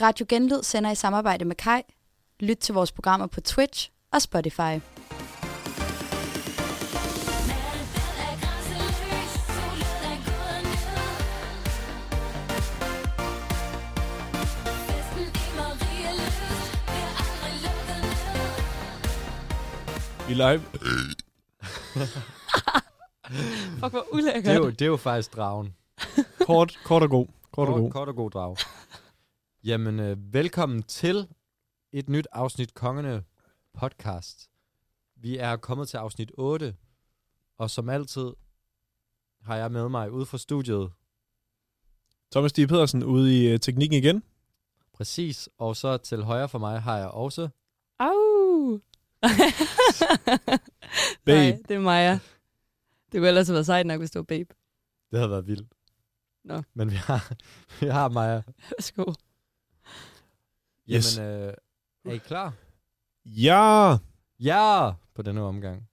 Radio Genlyd sender i samarbejde med Kai. Lyt til vores programmer på Twitch og Spotify. Vi er live. Fuck, hvor Det er, jo, ulækkert. det er jo faktisk dragen. Kort, kort og god. Kort og god. Kort og god drag. Jamen, øh, velkommen til et nyt afsnit Kongerne podcast. Vi er kommet til afsnit 8, og som altid har jeg med mig ude fra studiet, Thomas D. Pedersen ude i øh, teknikken igen. præcis, og så til højre for mig har jeg også, Au! Babe. Nej, det er Maja. Det kunne ellers have været sejt nok, hvis det var babe. det havde været vildt, Nå, men vi har, vi har Maja. værsgo. Jamen, Yes. øh, er I klar? Ja! Ja, på denne omgang.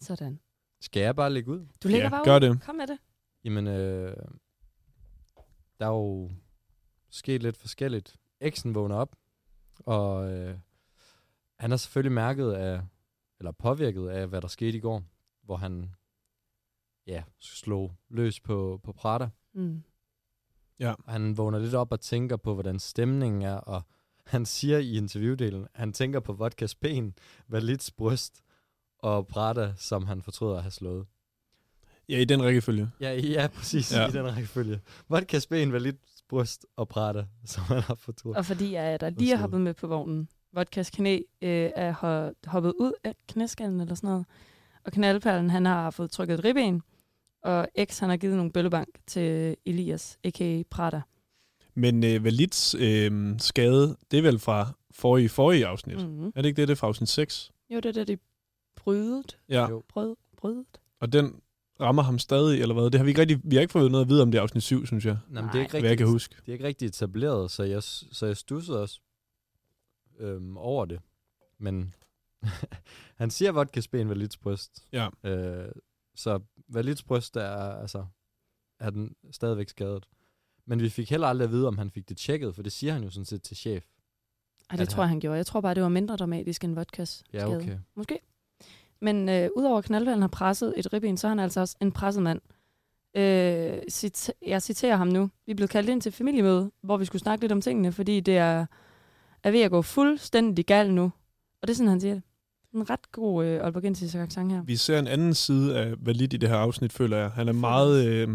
Sådan. Skal jeg bare lægge ud? Du lægger Ja, bare gør ud. det. Kom med det. Jamen, øh, der er jo sket lidt forskelligt. Eksen vågner op, og øh, han er selvfølgelig mærket af, eller påvirket af, hvad der skete i går, hvor han ja, slog løs på, på Prada. Mm. Han vågner lidt op og tænker på, hvordan stemningen er, og han siger i interviewdelen, han tænker på vodkas ben, Valits bryst og Prada, som han fortryder at have slået. Ja, i den rækkefølge. Ja, ja præcis, Ja. ja. i den rækkefølge. Vodka Spen, Valit, Bryst og Prada, som han har fortrudt. Og fordi jeg er der lige har Værsgo. hoppet med på vognen. Vodkas knæ øh, er ho- hoppet ud af knæskallen eller sådan noget. Og knaldperlen, han har fået trykket et ribben. Og X, han har givet nogle bøllebank til Elias, a.k.a. Prada. Men øh, Valits øh, skade, det er vel fra forrige, forrige afsnit. Mm. Mm. Er det ikke det, det er fra afsnit 6? Jo, det er det, de brydet. Ja, Jo. Brød, brydet. og den rammer ham stadig, eller hvad? Det har vi, ikke rigtig, vi har ikke fået noget at vide om det er afsnit 7, synes jeg. Nå, men det er ikke Hvad jeg rigtigt, kan huske. det er ikke rigtig etableret, så jeg, s- så jeg stussede også øhm, over det. Men han siger Vodka Spen, Valits, Bryst. Ja. Øh, så Valits Bryst er, altså, er den stadigvæk skadet. Men vi fik heller aldrig at vide, om han fik det tjekket, for det siger han jo sådan set til chef. Ej, At det tror jeg, han gjorde. Jeg tror bare, det var mindre dramatisk end vodkas Ja, okay. Måske. Men øh, udover knaldvalden har presset et ribben, så er han altså også en presset mand. Øh, cit- jeg citerer ham nu. Vi blev kaldt ind til familiemøde, hvor vi skulle snakke lidt om tingene, fordi det er, er ved at gå fuldstændig gal nu. Og det er sådan, han siger det. En ret god øh, Aalborgensis accent her. Vi ser en anden side af Valit i det her afsnit, føler jeg. Han er meget... Øh,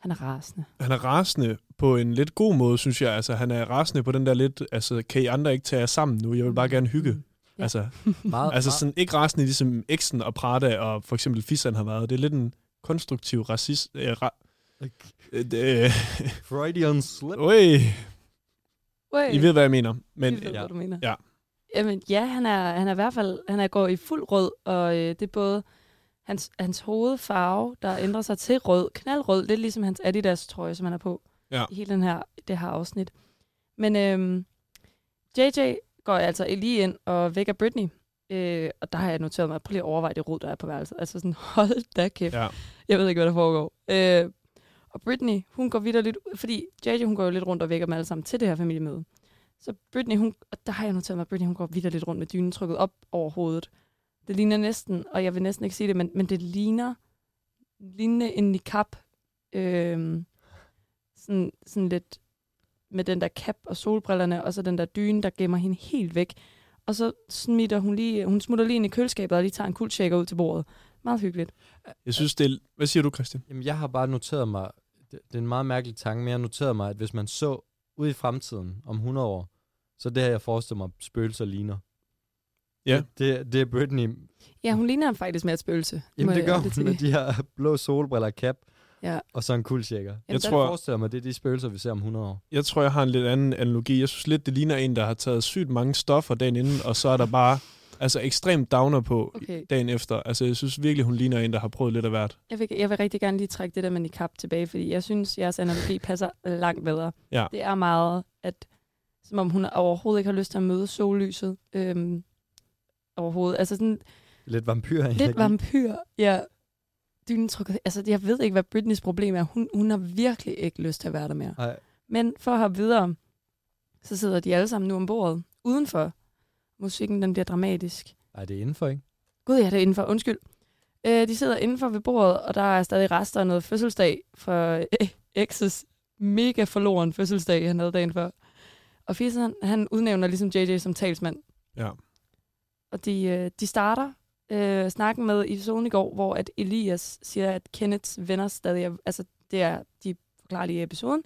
Han er rasende. han er rasende på en lidt god måde, synes jeg. Altså, han er rasende på den der lidt, altså, kan I andre ikke tage jer sammen nu? Jeg vil bare gerne hygge. Mm. Ja. Altså, Meget, altså meget- sådan ikke rasende, ligesom Eksen og Prada og for eksempel Fisan har været. Det er lidt en konstruktiv racist... Øh, ra, øh, øh, Freudian slip. øh, Uæ, I ved, hvad jeg mener. Men Men, ved, ja. ja. hvad du mener. Ja. Jamen, ja, han er, han er i hvert fald, han er går i fuld rød, og øh, det er både hans, hans hovedfarve, der ændrer sig til rød, knaldrød, lidt ligesom hans Adidas trøje, som han er på Ja. i hele den her, det her afsnit. Men øhm, JJ går altså lige ind og vækker Britney, øh, og der har jeg noteret mig, prøv lige at overveje det rod, der er på værelset. Altså sådan, hold da kæft. ja, Jeg ved ikke, hvad der foregår. Øh, og Britney, hun går videre lidt, ud- fordi JJ, hun går jo lidt rundt og vækker dem alle sammen til det her familiemøde. Så Britney, hun, og der har jeg noteret mig, at Britney, hun går videre lidt rundt med dynen trykket op over hovedet. Det ligner næsten, og jeg vil næsten ikke sige det, men, men det ligner, ligner en niqab. Øh, sådan, sådan lidt med den der cap og solbrillerne, og så den der dyne, der gemmer hende helt væk. Og så smitter hun lige, hun smutter lige ind i køleskabet og lige tager en kuldshaker ud til bordet. Meget hyggeligt. jeg synes, det er... Hvad siger du, Christian? Jamen, jeg har bare noteret mig, det, det er en meget mærkelig tanke, men jeg har noteret mig, at hvis man så ud i fremtiden om 100 år, så er det her, jeg forestiller mig, spøgelser ligner. Ja. Det, det er Britney. Jamen, Ja, hun ligner ham faktisk med et spøgelse. må Jamen det jeg gør ærligt hun med sige. de her blå solbriller og cap, Ja. og så en kuldshaker. Jeg Jeg der- tror, forestiller mig, det er de spøgelser, vi ser om 100 år. jeg tror, jeg har en lidt anden analogi. Jeg synes lidt, det ligner en, der har taget sygt mange stoffer dagen inden, og så er der bare altså ekstremt downer på Okay, dagen efter. Altså, jeg synes virkelig, hun ligner en, der har prøvet lidt af hvert. jeg vil, jeg vil rigtig gerne lige trække det der med niqab tilbage, fordi jeg synes, jeres analogi passer langt bedre. Ja. Det er meget, at som om hun overhovedet ikke har lyst til at møde sollyset. Øhm, overhovedet. Altså sådan Lidt vampyr. lidt vampyr. Ja, dynen trukket. Altså, jeg ved ikke, hvad Britneys problem er. Hun, hun har virkelig ikke lyst til at være der mere. Nej, Men for at hoppe videre, Så sidder de alle sammen nu om bordet udenfor. Musikken den bliver dramatisk. Nej, det er indenfor, ikke? Gud, ja, det er indenfor. Undskyld. Øh, de sidder indenfor ved bordet, og der er stadig rester af noget fødselsdag fra øh, X's mega forloren fødselsdag, han havde dagen før. Og Fis, han, han udnævner ligesom JJ som talsmand. Ja. Og de, øh, de starter øh, snakken med i episoden i går, hvor at Elias siger, at Kenneths venner stadig er... Altså, det er, de forklarer lige i episoden.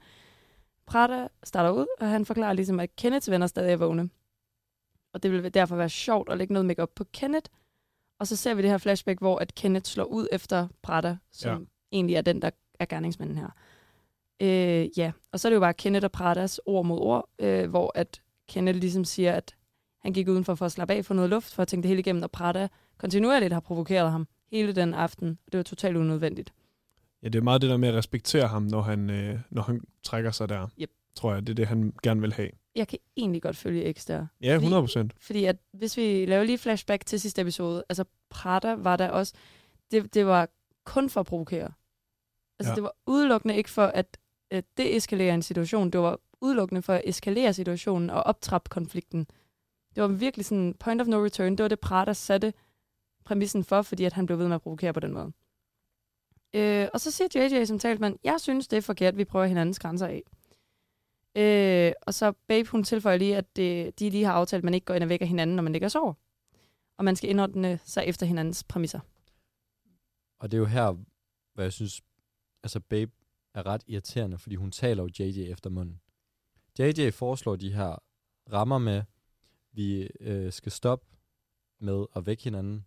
Prada starter ud, og han forklarer ligesom, at Kenneths venner stadig er vågne. Og det vil derfor være sjovt at lægge noget makeup på Kenneth. Og så ser vi det her flashback, hvor at Kenneth slår ud efter Prada, som ja. egentlig er den, der er gerningsmanden her. Øh, ja, og så er det jo bare Kenneth og Pradas ord mod ord, øh, hvor at Kenneth ligesom siger, at han gik udenfor for at slappe af for noget luft, for at tænke det hele igennem, og Prada kontinuerligt har provokeret ham hele den aften. Det var totalt unødvendigt. Ja, det er meget det der med at respektere ham, når han, øh, når han trækker sig der. Yep. Tror jeg, det er det, han gerne vil have. Jeg kan egentlig godt følge X der. Ja, Fordi- 100 procent. Fordi at, hvis vi laver lige flashback til sidste episode, altså Prada var der også, det, det var kun for at provokere. Altså Ja. ja. det var udelukkende ikke for at øh, deeskalere en situation, det var udelukkende for at eskalere situationen og optrappe konflikten. Det var virkelig sådan point of no return, det var det Prada satte præmissen for, fordi at han blev ved med at provokere på den måde. Øh, og så siger JJ som talsmand, jeg synes, det er forkert, vi prøver hinandens grænser af. Øh, og så Babe, hun tilføjer lige, at det, de lige har aftalt, at man ikke går ind og vækker hinanden, når man ligger og sover. Og man skal indordne sig efter hinandens præmisser. Og det er jo her, hvor jeg synes, altså Babe er ret irriterende, fordi hun taler jo JJ efter munden. JJ foreslår de her rammer med, vi øh, skal stoppe med at vække hinanden,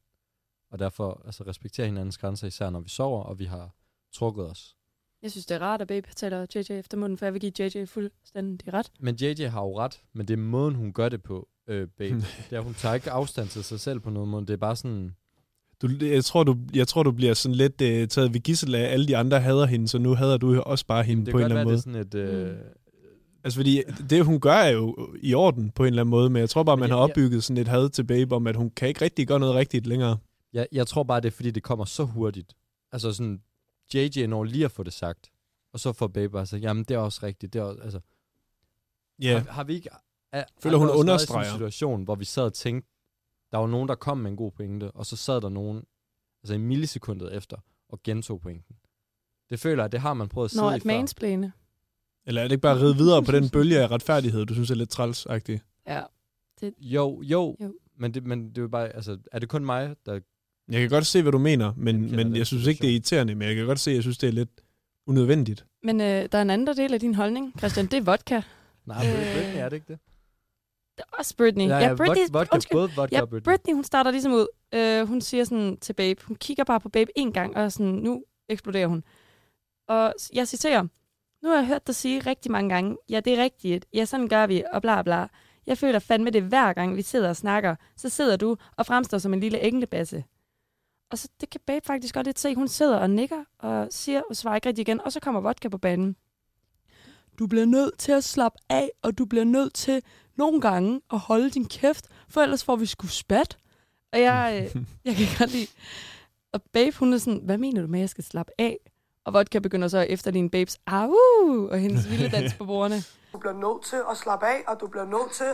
og derfor altså, respektere hinandens grænser, især når vi sover, og vi har trukket os. Jeg synes, det er rart, at Babe taler JJ efter munden, for jeg vil give JJ fuldstændig ret. Men JJ har jo ret, men det er måden, hun gør det på, øh, Hmm. babe. det er, hun tager ikke afstand til sig selv på nogen måde. Det er bare sådan, Du, jeg, tror, du, jeg tror, du bliver sådan lidt øh, taget ved gissel af, alle de andre hader hende, så nu hader du også bare hende det på en kan eller godt være, anden det er måde. sådan et... Øh, Altså, fordi det, hun gør, er jo i orden på en eller anden måde, men jeg tror bare, Men man jeg- har jeg- opbygget sådan et had til Babe om, at hun kan ikke rigtig gøre noget rigtigt længere. jeg, jeg tror bare, det er, fordi det kommer så hurtigt. Altså sådan, JJ når lige at få det sagt, og så får babe bare sagt, jamen det er også rigtigt. Det er også, altså, Ja, har, har, vi ikke... Er, Føler, har hun vi også været i sådan understreger. en situation, hvor vi sad og tænkte, der var nogen, der kom med en god pointe, og så sad der nogen, altså en millisekundet efter, og gentog pointen. Det føler jeg, det har man prøvet at sidde Når i at før. mansplane. eller er det ikke bare at ride videre på den bølge af retfærdighed, du synes er lidt trælsagtig? Ja. Jo, jo, Jo. jo. Men, det, men det er jo bare, altså, er det kun mig, der... Jeg kan godt se, hvad du mener, men, Jeg kender men den jeg synes ikke, det er irriterende, men jeg kan godt se, at jeg synes, det er lidt unødvendigt. Men øh, der er en anden del af din holdning, Christian, det er vodka. Nej, Øh. øh. Britney er det ikke det? Det er også Britney. Britney, vod- vodka, undskyld. både vodka Ja, og Britney. Britney, hun starter ligesom ud. Øh, hun siger sådan til Babe, hun kigger bare på Babe en gang, og sådan, nu eksploderer hun. Og s- jeg citerer, nu har jeg hørt dig sige rigtig mange gange, ja, det er rigtigt, ja, sådan gør vi, og bla bla. Jeg føler fandme det hver gang, vi sidder og snakker. Så sidder du og fremstår som en lille englebasse. Og så det kan Babe faktisk godt lidt se. Hun sidder og nikker og siger og svarer ikke rigtig igen, og så kommer vodka på banen. Du bliver nødt til at slappe af, og du bliver nødt til nogle gange at holde din kæft, for ellers får vi sgu spat. Og jeg, øh, jeg kan godt lide... Og Babe, hun er sådan, hvad mener du med, at jeg skal slappe af? Og vodka begynder så at efterligne Babes, au, og hendes vilde dans på bordene. Du bliver nødt til at slappe af, og du bliver nødt til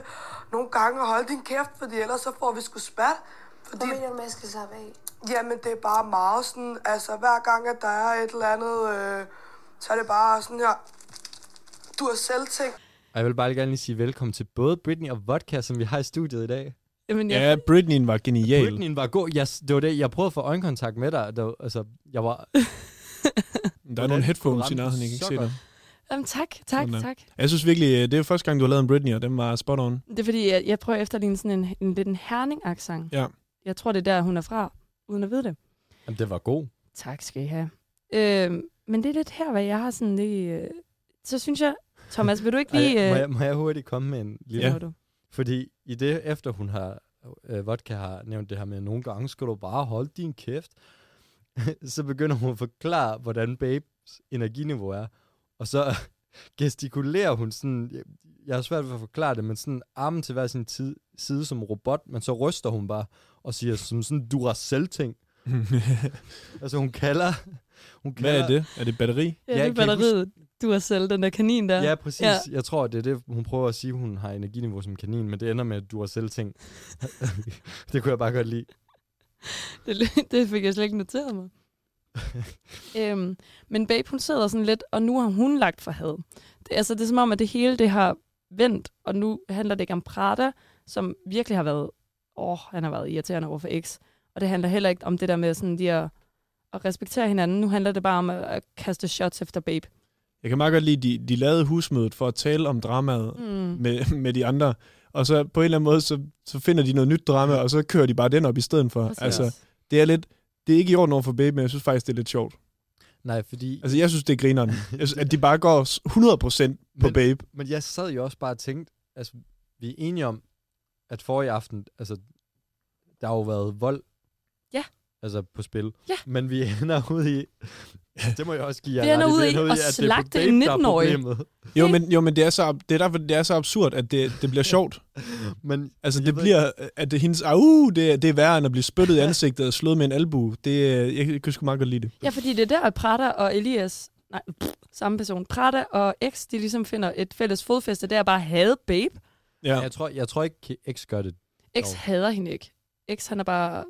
nogle gange at holde din kæft, fordi ellers så får vi sgu spat. Fordi, Hvad mener du med, at jeg skal slappe af? jamen, det er bare meget sådan, altså hver gang, at der er et eller andet, øh, så er det bare sådan her, du har selv tænkt Og jeg vil bare gerne lige sige velkommen til både Britney og vodka, som vi har i studiet i dag. Jamen, jeg, Ja, Britney var genial. Britney. Britney var god. Jeg, s- det var det, jeg prøvede at få øjenkontakt med dig. Det var, altså, jeg var... Der er nogle Hvordan kunne headphones i ramme nærheden, jeg kan ikke så se godt? det. jamen, tak, tak, Sådan er. tak. Jeg synes virkelig, øh, det er første gang, du har lavet en Britney, og den var spot on. Det er fordi, jeg, jeg prøver at efterligne sådan en, en lidt en herning-aksang. Ja. Jeg tror, det er der, hun er fra, uden at vide det. Jamen, det var god. Tak skal I have. Øh, men det er lidt her, hvad jeg har sådan lige... Øh, så synes jeg... Thomas, vil du ikke Ej, lige... må, Øh, jeg, må jeg hurtigt komme med en lille... ja. du? Fordi i det, efter hun har, øh, vodka har nævnt det her med, nogle gange skal du bare holde din kæft, så begynder hun at forklare, hvordan babes energiniveau er. Og så gestikulerer hun sådan, jeg, jeg har svært ved at forklare det, men sådan armen til hver sin tid, side som robot, men så ryster hun bare og siger som sådan, du har selvting. altså hun kalder... Hun kalder Hvad er det? Er det batteri? Ja, Ja, det er kan I batteriet. du at sælge den der kanin der. Ja, præcis. Ja. Ja. Jeg tror, det er det, hun prøver at sige, hun har energiniveau som kanin, men det ender med, at du har selv ting. det kunne jeg bare godt lide. Det, det fik jeg slet ikke noteret mig. øhm, men Babe, hun sidder sådan lidt, og nu har hun lagt for had. Det, altså, det er som om, at det hele det har vendt, og nu handler det ikke om Prada, som virkelig har været, åh, han har været irriterende over for X. Og det handler heller ikke om det der med sådan lige at, at respektere hinanden. Nu handler det bare om at, at kaste shots efter Babe. Jeg kan meget godt lide, de, de lavede husmødet for at tale om dramaet Mm. med, med de andre. Og så på en eller anden måde, så, så finder de noget nyt drama, og så kører de bare den op i stedet for. Præcis. Altså, det er lidt... Det er ikke i orden over for Babe, men jeg synes faktisk, det er lidt sjovt. Nej, fordi... Altså, jeg synes, det er grineren. Jeg synes, at de bare går s- 100% på Men- Babe. Men jeg sad jo også bare og tænkte, altså, vi er enige om, at forrige aften, altså, der har jo været vold. Ja. Altså, på spil. Ja. Men vi ender ude i... Det må jeg også give jer. Vi ender ret ude i at at det er på slagte en Babe, der er 19-årig. problemet. Jo, men, jo, men det, er så, det er derfor, det er så absurd, at det, det bliver sjovt. Men Altså, Jeg det ved bliver, at det er hendes, au, det, er- det er værre end at blive spyttet i ansigtet og slået med en albu. Det, øh, jeg, jeg kan sgu meget godt lide det. Ja, fordi det er der, at Prada og Elias, nej, pff, samme person, Prada og X, de ligesom finder et fælles fodfæste, der bare hade Babe. Ja. jeg tror, jeg tror ikke, X gør det. X Jo. hader hende ikke. X, han er bare...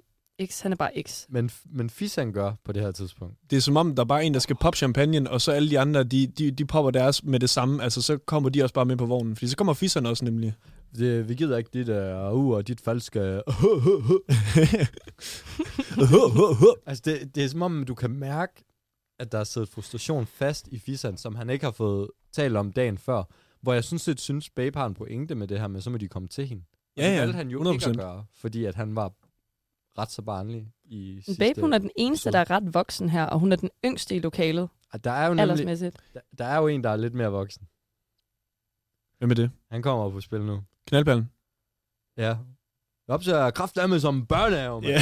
X, han er bare X. Men, men Fisan gør på det her tidspunkt. Det er som om, der er bare en, der skal poppe champagne, og så alle de andre, de, de, de popper deres med det samme. Altså, så kommer de også bare med på vognen, fordi så kommer fisserne også nemlig. Det, vi gider ikke dit uh, uh, og dit falske... Altså, det, det er som om, du kan mærke, at der er siddet frustration fast i Fisan, som han ikke har fået talt om dagen før. Hvor jeg sådan set synes, Babe har en pointe med det her med, så må de komme til hende. Og Ja, det ja, valgte han jo ikke at 100%. gøre, fordi at han var ret så barnlig i Men sidste... Babe, hun er den eneste, episode. der er ret voksen her, og hun er den yngste i lokalet, Og Der er, jo nemlig, aldersmæssigt. der, der er jo en, der er lidt mere voksen. Hvem er det? Han kommer på spil nu. Knaldperlen? Ja. Jeg opsøger kraftdamme som en børnehave, mand. Ja.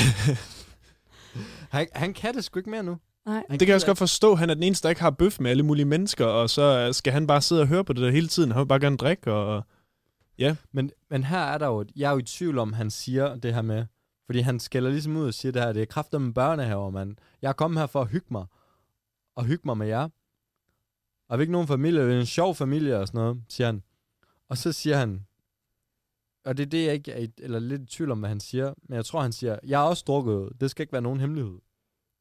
Han, han kan det sgu ikke mere nu. Nej. Han Det kan jeg også godt forstå. Han er den eneste, der ikke har bøf med alle mulige mennesker, og så øh, skal han bare sidde og høre på det der hele tiden. Han vil bare gerne drikke, og... Men, men her er der jo, et- jeg er jo i tvivl om, han siger det her med, fordi han skælder ligesom ud og siger det her, det er kraft om børnehaver, mand. Jeg er kommet her for at hygge mig, og hygge mig med jer. Og vi ikke nogen familie, vi er en sjov familie og sådan noget, siger han. Og så siger han, og det er det, jeg ikke er i, eller lidt i tvivl om, hvad han siger, men jeg tror, han siger, jeg har også drukket, det skal ikke være nogen hemmelighed.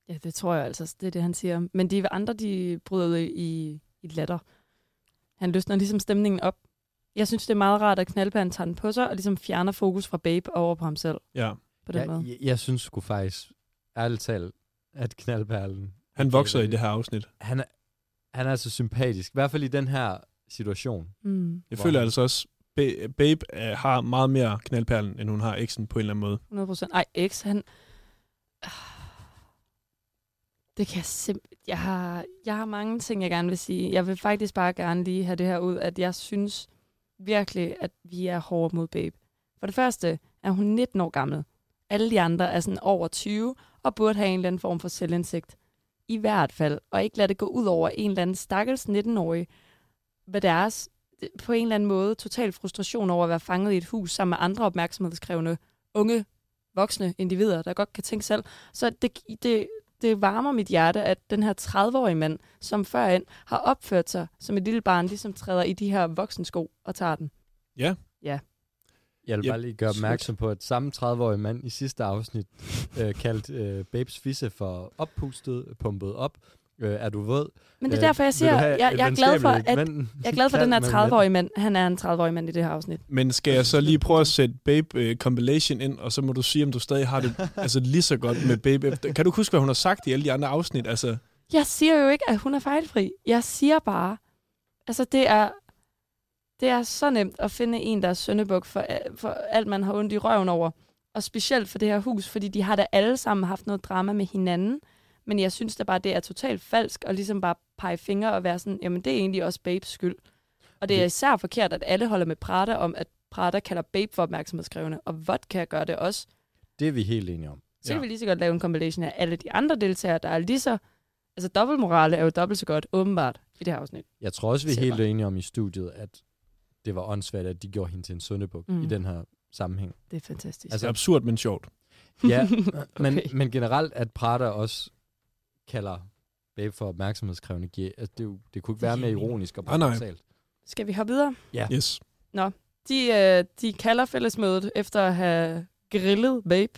Ja, det tror jeg altså, det er det, han siger. Men de andre, de bryder ud i, i latter. Han løsner ligesom stemningen op. Jeg synes, det er meget rart, at knaldpanden tager den på sig, og ligesom fjerner fokus fra Babe over på ham selv, Ja, på den ja, jeg, måde. jeg, jeg synes sgu faktisk, ærligt talt, at knaldperlen, han vokser i det her afsnit. han er, han er så sympatisk, i hvert fald i den her situation. Mm, Jeg Wow. føler altså også, Ba- Babe øh, har meget mere knaldperlen, end hun har eksen på en eller anden måde. 100 procent. Ej, X, han... Ah. Det kan jeg simpelthen... Jeg har, jeg har mange ting, jeg gerne vil sige. Jeg vil faktisk bare gerne lige have det her ud, at jeg synes virkelig, at vi er hårde mod Babe. For det første er hun 19 år gammel. Alle de andre er sådan over 20 og burde have en eller anden form for selvindsigt. I hvert fald. Og ikke lade det gå ud over en eller anden stakkels 19-årig med deres på en eller anden måde total frustration over at være fanget i et hus sammen med andre opmærksomhedskrævende unge voksne individer, der godt kan tænke selv. Så det, det, det varmer mit hjerte, at den her 30-årige mand, som førhen har opført sig som et lille barn, ligesom træder i de her voksensko og tager den. Jeg vil Ja, bare lige gøre slut. opmærksom på, at samme 30-årige mand i sidste afsnit øh, kaldte øh, Babes fisse for oppustet, pumpet op. Øh, er du våd? Men det er Øh, derfor, jeg vil siger, du have jeg, jeg, et er glad for, at, venskabeligt jeg mand? er glad for Kald den her mig 30-årige mand. Han er en 30-årige mand i det her afsnit. Men skal jeg så lige prøve at sætte Babe øh, compilation ind, og så må du sige, om du stadig har det altså, lige så godt med Babe. efter- Kan du huske, hvad hun har sagt i alle de andre afsnit? Altså, Jeg siger jo ikke, at hun er fejlfri. Jeg siger bare, altså det er, det er så nemt at finde en, der er søndebuk for, for alt, man har ondt i røven over. Og specielt for det her hus, fordi de har da alle sammen haft noget drama med hinanden. Men jeg synes da bare, det er totalt falsk at ligesom bare pege fingre og være sådan, jamen det er egentlig også babes skyld. Og det er Det- især forkert, at alle holder med Prada om, at Prada kalder babe for opmærksomhedskrævende, og vodka gør det også. Det er vi helt enige om. Så Ja. kan vi lige så godt lave en compilation af alle de andre deltagere, der er lige så... Altså dobbeltmorale er jo dobbelt så godt, åbenbart, i det her afsnit. Jeg tror også, vi er Sikkert. helt enige om i studiet, at det var åndssvagt, at de gjorde hende til en søndebuk Mm. mm. i den her sammenhæng. Det er fantastisk. det Altså, er absurd, men sjovt. Ja, men, Okay. men generelt, at Prada også kalder babe for opmærksomhedskrævende gear. Altså, det, er jo- det kunne ikke være mere ironisk og Nej, nej. paradoxalt. Skal vi hoppe videre? Yes. De, øh, de kalder fællesmødet efter at have grillet babe,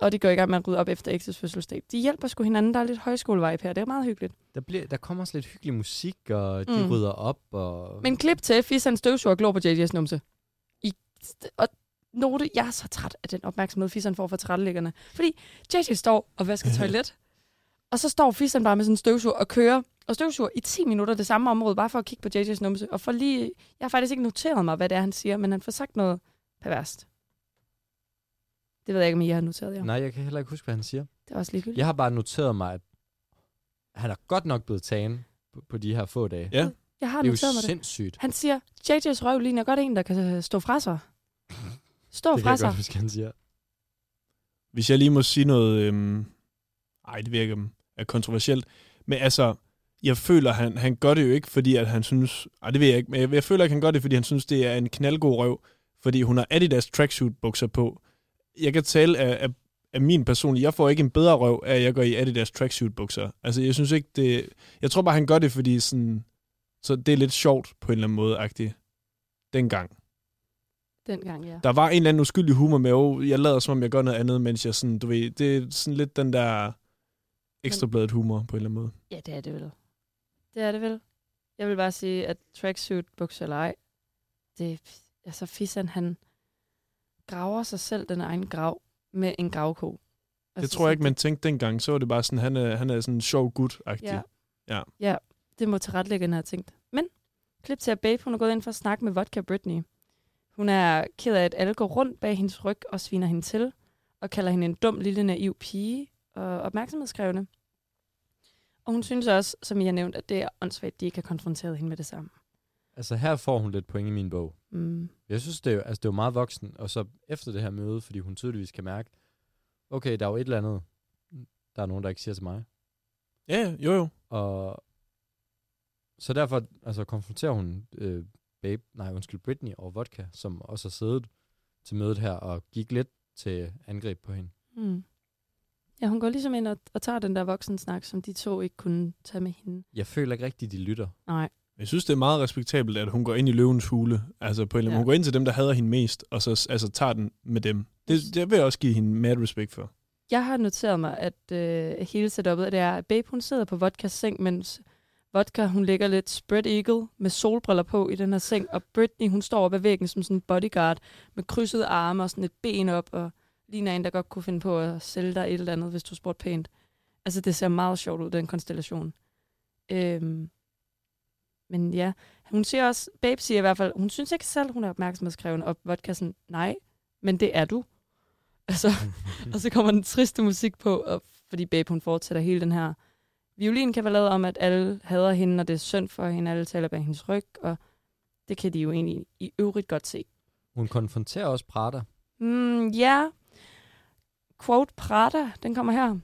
og de går i gang med at rydde op efter X's fødselsdag. De hjælper sgu hinanden, der er lidt højskolevibe her, det er meget hyggeligt. Der, bliver, der kommer også lidt hyggelig musik, og de Mm. mm. rydder op. Og... Men klip til, Fis han støvsuger og glor på JJ's numse. I, og note, jeg er så træt af den opmærksomhed, Fis han får fra trætlæggerne. Fordi JJ står og vasker toilet, og så står Fis han bare med sådan en støvsuger og kører og støvsuger i 10 minutter det samme område, bare for at kigge på JJ's numse. Og for lige, jeg har faktisk ikke noteret mig, hvad det er, han siger, men han får sagt noget perverst. Det ved jeg ikke, om I har noteret jer. Nej, jeg kan heller ikke huske, hvad han siger. Det er også ligegyldigt. Jeg har bare noteret mig, at han er godt nok blevet tagen på, på de her få dage. Ja. Jeg har Det er jo noteret mig det. sindssygt. Han siger, JJ's røv ligner godt en, der kan øh, stå fra sig. Stå Det kan fra jeg sig. godt huske, han siger. Hvis jeg lige må sige noget... Øhm, ej, det virker er kontroversielt. Men altså, jeg føler, han, han gør det jo ikke, fordi at han synes... Ej, det ved jeg ikke. Men jeg, jeg føler ikke, han gør det, fordi han synes, det er en knaldgod røv. Fordi hun har Adidas tracksuit-bukser på. Jeg kan tale af, af, af min personlige... Jeg får ikke en bedre røv, af at jeg går i Adidas tracksuit-bukser. Altså, jeg synes ikke, det... Jeg tror bare, han gør det, fordi sådan... Så det er lidt sjovt på en eller anden måde, agtigt. Dengang. Dengang, ja. Der var en eller anden uskyldig humor med, oh, jeg lader som om, jeg gør noget andet, mens jeg sådan, du ved, det er sådan lidt den der ekstrabladet humor på en eller anden måde. Ja, det er det vel. Det er det vel. Jeg vil bare sige, at tracksuit, bukser eller ej, det altså Fisan, han graver sig selv den egen grav med en gravko. Altså, det tror jeg ikke, man tænkte dengang, så var det bare sådan, han er, han er sådan en sjov gut-agtig. Ja. Ja. ja. Ja. ja. det må tilrettelæggeren have tænkt. Men, klip til at Babe, hun er gået ind for at snakke med Vodka Britney. Hun er ked af, at alle går rundt bag hendes ryg og sviner hende til, og kalder hende en dum, lille, naiv pige og opmærksomhedskrævende. Og hun synes også, som I har nævnt, at det er åndssvagt, de ikke har konfronteret hende med det samme. Altså, her får hun lidt point i min bog. Mm. Jeg synes, det er, jo, altså, det er jo meget voksen. Og så efter det her møde, fordi hun tydeligvis kan mærke, okay, der er jo et eller andet, der er nogen, der ikke siger til mig. Ja, ja, jo jo. Og så derfor altså, konfronterer hun øh, babe, nej, undskyld, Britney og Vodka, som også har siddet til mødet her og gik lidt til angreb på hende. Mm. Ja, hun går ligesom ind og, og tager den der voksensnak, som de to ikke kunne tage med hende. Jeg føler ikke rigtigt, de lytter. Nej, Jeg synes, det er meget respektabelt, at hun går ind i løvens hule. Altså på en eller anden Ja. ja. Hun går ind til dem, der hader hende mest, og så altså, tager den med dem. Det, det vil jeg også give hende mad respekt for. jeg har noteret mig, at øh, hele setupet det er, at Babe hun sidder på Vodkas seng, mens Vodka hun ligger lidt spread eagle med solbriller på i den her seng, og Britney hun står op ad væggen som sådan en bodyguard med krydsede arme og sådan et ben op, og ligner en, der godt kunne finde på at sælge dig et eller andet, hvis du spurgte pænt. Altså, det ser meget sjovt ud, den konstellation. Øhm, men ja, hun siger også, Babe siger i hvert fald, hun synes ikke selv, hun er opmærksomhedskrævende, og Vodka er sådan, nej, men det er du. Altså, og så kommer den triste musik på, og fordi Babe hun fortsætter hele den her violinkavalade om, at alle hader hende, og det er synd for hende, alle taler bag hendes ryg, og det kan de jo egentlig i øvrigt godt se. Hun konfronterer også Prada. Mm, ja. Yeah. Quote Prada, den kommer her.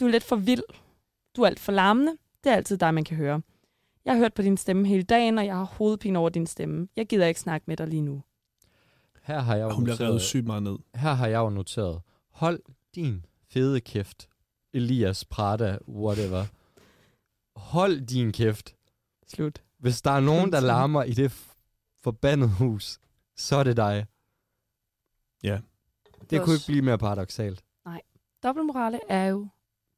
Du er lidt for vild. Du er alt for larmende. Det er altid dig, man kan høre. Jeg har hørt på din stemme hele dagen, og jeg har hovedpine over din stemme. Jeg gider ikke snakke med dig lige nu. Her har jeg jo Og hun bliver revet noteret, sygt meget ned. her har jeg jo noteret, hold din fede kæft, Elias Prada, whatever. Hold din kæft. Slut. Hvis der er nogen, der larmer i det f- forbandede hus, så er det dig. Ja. Det kunne ikke blive mere paradoxalt. Dobbeltmorale er jo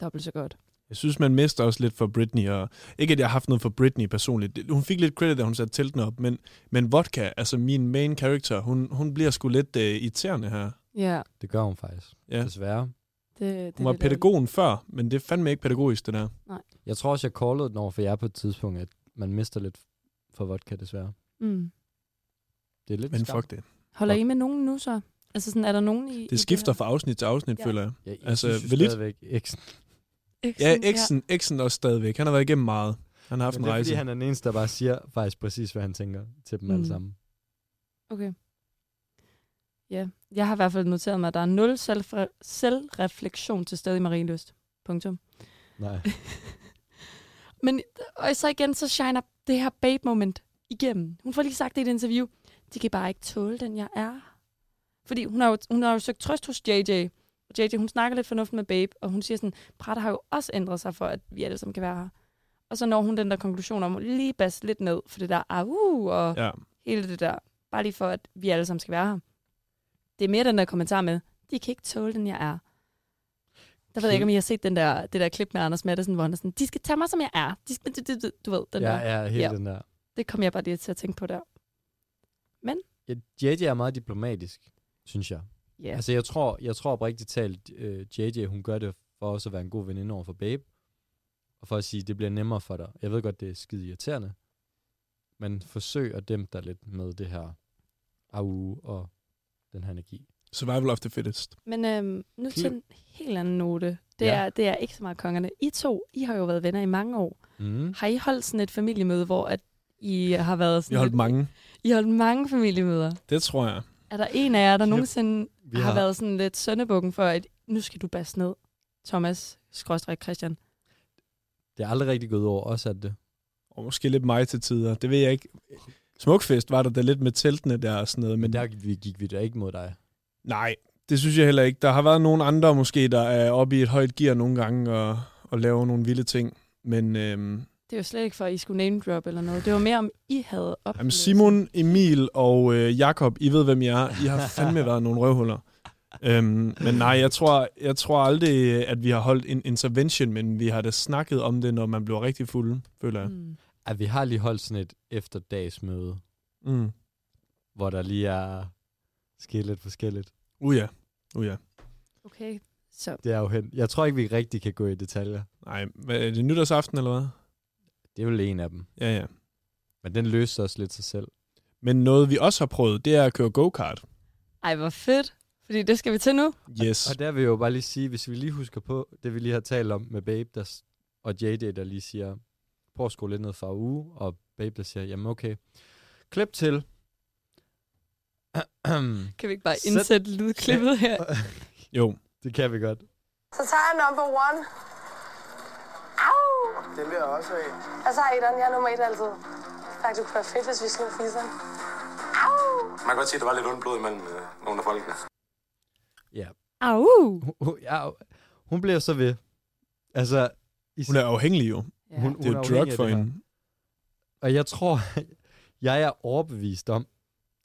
dobbelt så godt. Jeg synes, man mister også lidt for Britney, og ikke at jeg har haft noget for Britney personligt. Det- Hun fik lidt credit, da hun satte teltene op, men, men Vodka, altså min main character, hun, hun bliver sgu lidt øh, irriterende her. Ja, Det gør hun faktisk, Ja. desværre. det, det Hun var lidt øh, ærgerligt. pædagogen før, men det er fandme ikke pædagogisk, det der. Jeg tror også, jeg callede den over for jer på et tidspunkt, at man mister lidt for vodka, desværre. Mm. Det er lidt Men skam. fuck det. Holder I med nogen nu så? Altså sådan, er der nogen i... Det skifter fra afsnit til afsnit, Ja. ja. føler jeg. Ja, jeg Altså, synes jo Valit- stadigvæk X'en. Ja, Eksen, ja. Eksen også stadigvæk. Han har været igennem meget. Han har haft Men en det er, rejse. fordi Han... han er den eneste, der bare siger faktisk præcis, hvad han tænker til dem Mm. alle sammen. Okay. Ja, jeg har i hvert fald noteret mig, at der er nul selvfre- selvreflektion til stede i Marienlyst. Punktum. Nej. Men og så igen, så shiner det her babe-moment igennem. Hun får lige sagt det i et interview. De kan bare ikke tåle den, jeg er. Fordi hun har jo, hun har jo søgt trøst hos JJ. Og JJ, hun snakker lidt fornuft med Babe, og hun siger sådan, Prater har jo også ændret sig for, at vi alle sammen kan være her. Og så når hun den der konklusion om at lige basse lidt ned for det der au, og Ja. hele det der. Bare lige for, at vi alle sammen skal være her. Det er mere den der kommentar med, de kan ikke tåle den, jeg er. Der ved jeg ikke, om I har set den der, det der klip med Anders Madsen, hvor han er sådan, de skal tage mig, som jeg er. De skal, du, du, du, du ved, den ja, der. ja, hele Ja. den der. Det kom jeg bare lige til at tænke på der. Ja, JJ er meget diplomatisk, synes jeg. Ja, Ja. Altså, jeg tror, jeg tror oprigtigt talt, øh, JJ, hun gør det for også at være en god veninde over for Babe. Og for at sige, det bliver nemmere for dig. Jeg ved godt, det er skide irriterende. Men forsøg at dæmpe dig lidt med det her au og den her energi. Survival of the fittest. Men øhm, nu til Clear. en helt anden note. Det, Ja. ja. er, det er ikke så meget kongerne. I to, I har jo været venner i mange år. Mm. Har I holdt sådan et familiemøde, hvor at I har været sådan... Vi har holdt lidt- mange. I har holdt mange familiemøder. Det tror jeg. Er der en af jer, der Yep. nogensinde Vi har, har- har været sådan lidt søndebukken for, at nu skal du basse ned, Thomas, skråstræk Christian? Det er aldrig rigtig gået over os, at det. Og måske lidt mig til tider. Det ved jeg ikke. Smukfest var der da lidt med teltene der og sådan noget. Men Men der gik vi, gik vi da ikke mod dig. Nej, det synes jeg heller ikke. Der har været nogle andre måske, der er oppe i et højt gear nogle gange og, og laver nogle vilde ting. Men øhm, Det er jo slet ikke for, at I skulle name drop eller noget. Det var mere, om I havde oplevet... jamen Simon, Emil og øh, Jakob, I ved, hvem jeg er. I har fandme været nogle røvhuller. Øhm, men nej, jeg tror, jeg tror aldrig, at vi har holdt en intervention, men vi har da snakket om det, når man bliver rigtig fuld, føler jeg. Mm. At vi har lige holdt sådan et efterdagsmøde, Mm. hvor der lige er sket lidt forskelligt. Uh ja, uh ja. Okay, så... Det er jo hen. Jeg tror ikke, vi rigtig kan gå i detaljer. Nej, hvad, er det nytårsaften eller hvad? Det er vel en af dem. Ja, ja. Men den løste også lidt sig selv. Men noget, vi også har prøvet, det er at køre go-kart. Ej, hvor fedt. Fordi det skal vi til nu. Yes. Og der vil jeg jo bare lige sige, hvis vi lige husker på det, vi lige har talt om med Babe der, s- og JD, der lige siger, prøv at skrue lidt ned for uge, og Babe, der siger, jamen okay, klip til. Kan vi ikke bare Sæt- indsætte lydklippet her? Jo, det kan vi godt. Så tager jeg number one. Au! Den vil jeg også have. Og så har etteren. Jeg er nummer et altid. Tak, det kunne være fedt, hvis vi slog fisseren. Au! Man kan godt se, at der var lidt ondt blod imellem øh, nogle af folkene. Au! Hun- Hun, ja, hun bliver så ved. Altså, i, hun er afhængig jo. Ja. hun- Det er jo afhængig drug af det for her. hende. Og jeg tror, jeg er overbevist om,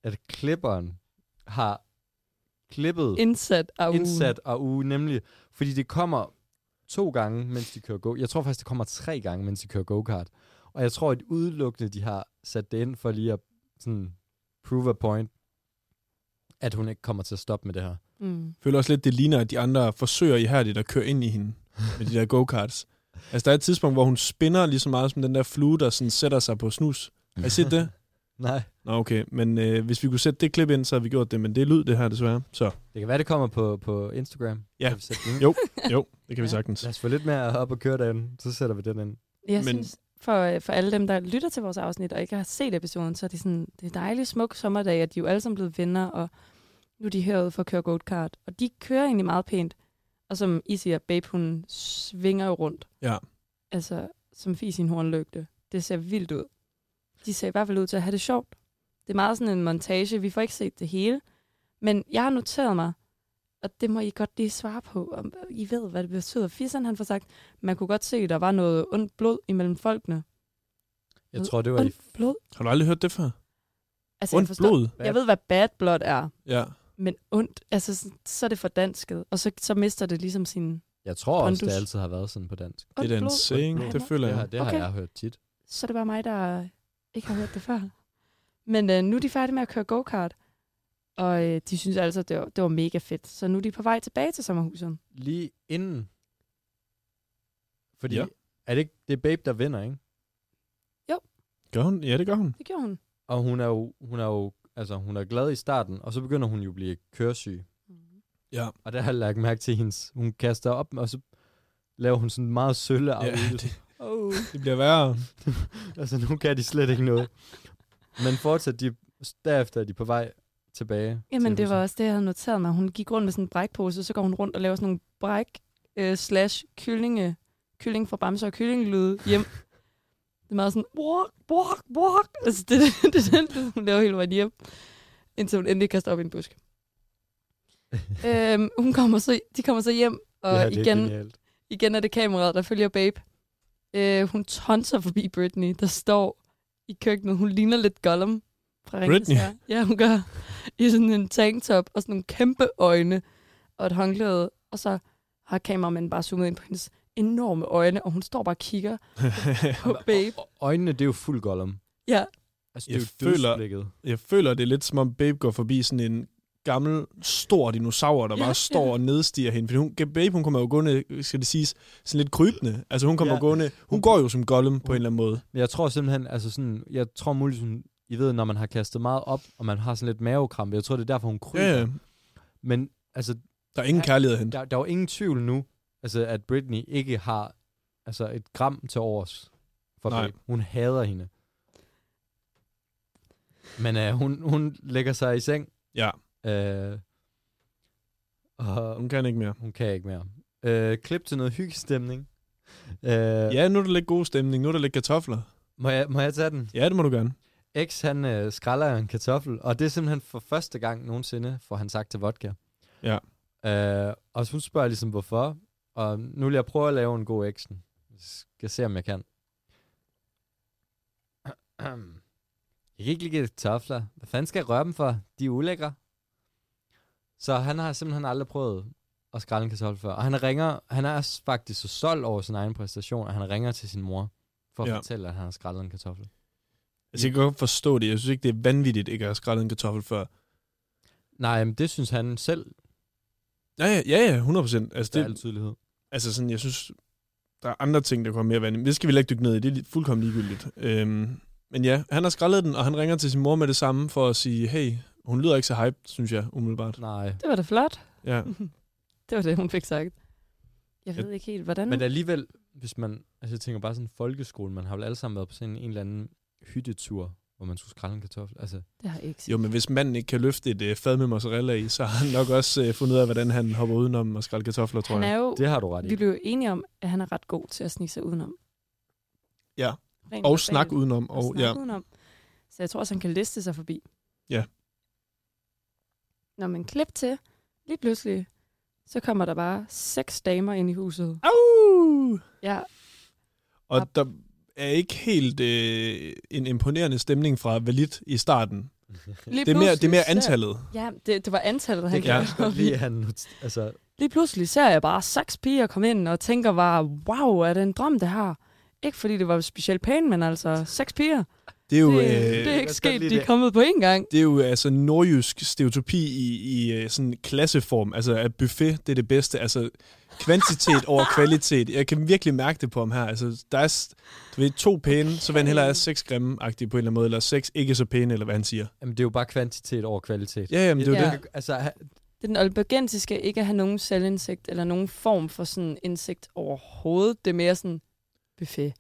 at klipperen har klippet Indsat. Au. indsat og uge, nemlig, fordi det kommer to gange, mens de kører go. Jeg tror faktisk, det kommer tre gange, mens de kører go-kart. Og jeg tror, at udelukkende, de har sat det ind for lige at sådan, prove a point, at hun ikke kommer til at stoppe med det her. Mm. Jeg føler også lidt, det ligner, at de andre forsøger ihærdigt at køre ind i hende med de der go-karts. Altså, der er et tidspunkt, hvor hun spinner lige så meget som den der flue, der sådan sætter sig på snus. Har I set det? Nej. Nå, okay. Men øh, hvis vi kunne sætte det klip ind, så havde vi gjort det. Men det er lyd, det her, desværre. Så Det kan være, det kommer på, på Instagram. Ja. Kan vi sætte den ind? Jo. jo, det kan vi sagtens. Lad os få lidt mere op og køre derinde, så sætter vi den ind. Jeg Men- Men... synes, for, for alle dem, der lytter til vores afsnit og ikke har set episoden, så er det sådan, det er dejligt smuk sommerdag, og de er jo alle sammen blevet venner, og nu er de herude for at køre go-kart. Og de kører egentlig meget pænt. Og som I siger, babe, hun svinger jo rundt. Ja. Altså, som fis i en hornlygte. Det ser vildt ud. De ser i hvert fald ud til at have det sjovt. Det er meget sådan en montage. Vi får ikke set det hele. Men jeg har noteret mig, og det må I godt lige svare på. Om I ved, hvad det betyder. Fisseren, han får sagt, man kunne godt se, at der var noget ondt blod imellem folkene. Jeg tror, det var i... Ondt blod? Har du aldrig hørt det før? Altså, jeg, Rundt forstår, blod? jeg ved, hvad bad blood er, Ja. men ondt, altså, så- så er det fordansket, og så, så mister det ligesom sin Jeg tror også, det Pondus. altid har været sådan på dansk. Det ondt er da en blod. saying. Ondt Det blod. føler Det har, jeg. det har Okay. jeg hørt tit. Så er det bare mig, der ikke har hørt det før. Men øh, nu er de færdige med at køre go-kart, og øh, de synes altså, det var, det var mega fedt. Så nu er de på vej tilbage til sommerhuset. lige inden. Fordi Ja. ja. er det ikke, det er Babe, der vinder, ikke? Gør hun? Ja, det gør hun. Det gjorde hun. Og hun er jo, hun er jo, altså hun er glad i starten, og så begynder hun jo at blive køresyg. Ja. Og der har jeg lagt mærke til hendes, hun kaster op, og så laver hun sådan meget sølle af Ja, det. det, Oh. det bliver værre. Altså nu kan de slet ikke noget. Men fortsat, de, derefter er de på vej tilbage. Jamen, til det var huset. også det, jeg havde noteret mig. Hun gik rundt med sådan en brækpose, så går hun rundt og laver sådan nogle bræk øh, slash kyllinge, kylling fra Bamse og kyllinglyde hjem. Det er meget sådan, walk, walk, walk. Altså, det, det, det er den, lyd, hun laver hele vejen hjem, indtil hun endelig kaster op i en busk. øhm, hun kommer så, de kommer så hjem, og ja, det er igen, genialt. igen er det kameraet, der følger Babe. Øh, hun tonser forbi Britney, der står i køkkenet. Hun ligner lidt Gollum fra Ringens Britney? Herre. Ja, hun gør. I sådan en tanktop og sådan nogle kæmpe øjne og et håndklæde. Og så har kameramanden bare zoomet ind på hendes enorme øjne, og hun står bare og kigger på Babe. Og øjnene, det er jo fuld Gollum. Ja. Altså, Jeg det er jo føler- dødsblikket. Jeg føler, det er lidt som om Babe går forbi sådan en gammel, stor dinosaur, der Ja, bare står ja. og nedstiger hende. Fordi hun, Babe, hun kommer jo gående, skal det siges, sådan lidt krybende. Altså hun kommer Ja. ja. gående, hun Hun- går jo som Gollum på en eller anden måde. Men jeg tror simpelthen, altså sådan, jeg tror muligvis, hun- I ved, når man har kastet meget op, og man har sådan lidt mavekrampe, jeg tror, det er derfor, hun kryber. Ja, ja. Men altså, Der er ingen Ja. kærlighed hen. der, der er jo ingen tvivl nu, altså, at Britney ikke har altså, et gram til overs for Nej. Nej. Babe. Hun hader hende. Men øh, hun, hun lægger sig i seng. Ja. Øh, og Hun kan ikke mere. hun kan ikke mere. Øh, klip til noget hyggestemning. Øh, Ja, nu er der lidt god stemning. Nu er der lidt kartofler. må, jeg, må jeg tage den? Ja, det må du gerne. X, han øh, skræller en kartoffel, og det er simpelthen for første gang nogensinde, får han sagt til vodka. Ja. Øh, og så hun spørger ligesom, hvorfor. Og nu vil jeg prøve at lave en god X'en. Jeg skal se, om jeg kan. Jeg kan ikke lide kartofler. Hvad fanden skal jeg røre dem for? De er ulækre. Så han har simpelthen aldrig prøvet at skrælle en kartoffel før. Og han ringer, han er s- faktisk så solgt over sin egen præstation, at han ringer til sin mor for at Ja. ja. fortælle, at han har skrællet en kartoffel. Altså, jeg kan godt forstå det. Jeg synes ikke, det er vanvittigt, ikke at have skrællet en kartoffel før. Nej, men det synes han selv, Ja, ja, ja, ja 100 procent. Altså, det er al det, tydelighed. altså sådan, jeg synes, der er andre ting, der kommer mere vand. i. Men Det skal vi heller ikke dykke ned i. Det er li- fuldkommen ligegyldigt. Øhm, men ja, han har skrællet den, og han ringer til sin mor med det samme for at sige, hey, hun lyder ikke så hyped, synes jeg, umiddelbart. Nej. Det var da flot. Ja, det var det, hun fik sagt. Jeg Ja. ved ikke helt, hvordan. Men alligevel, hvis man, altså jeg tænker bare sådan en folkeskole, man har vel alle sammen været på sådan en eller anden hyttetur, hvor man skulle skrælle en kartoffel. Altså, det har jeg ikke set. jo, men hvis manden ikke kan løfte et øh, fad med mozzarella i, så har han nok også øh, fundet ud af, hvordan han hopper udenom og skræller kartofler, tror han jeg. er jo, det har du ret i. vi blev jo enige om, at han er ret god til at snige sig udenom. Ja. Rent Og verbalt. snak udenom. Og, snakke ja. udenom. Så jeg tror også, han kan liste sig forbi. Ja. Når man klip til, lige pludselig, så kommer der bare seks damer ind i huset. Au! Ja, Og der er ikke helt øh, en imponerende stemning fra Valit i starten. lige Det er mere, det er pludselig mere ser- antallet. Ja, det, det var antallet, han det kan jeg gjorde. også godt lide, at han nu, t- altså, Lige pludselig ser jeg bare seks piger komme ind og tænker bare, wow, er det en drøm, det her? Ikke fordi det var specielt pænt, men altså seks piger. Det er jo, Det, øh, det er jeg kan ikke godt sket, lide de er det. kommet på én gang. det er jo altså nordjysk stereotypi i, i øh, sådan klasseform. Altså, at buffet, det er det bedste. Altså, kvantitet over kvalitet. Jeg kan virkelig mærke det på ham her. Altså, der er s- du ved, to pæne, okay. så vil han hellere have seks grimme på en eller anden måde, eller seks ikke så pæne, eller hvad han siger. jamen, det er jo bare kvantitet over kvalitet. Ja, jamen, det er jo Ja. ja. det. Altså, han- Det er Den olbergensiske ikke at have nogen selvindsigt, eller nogen form for sådan indsigt overhovedet. Det er mere sådan buffet.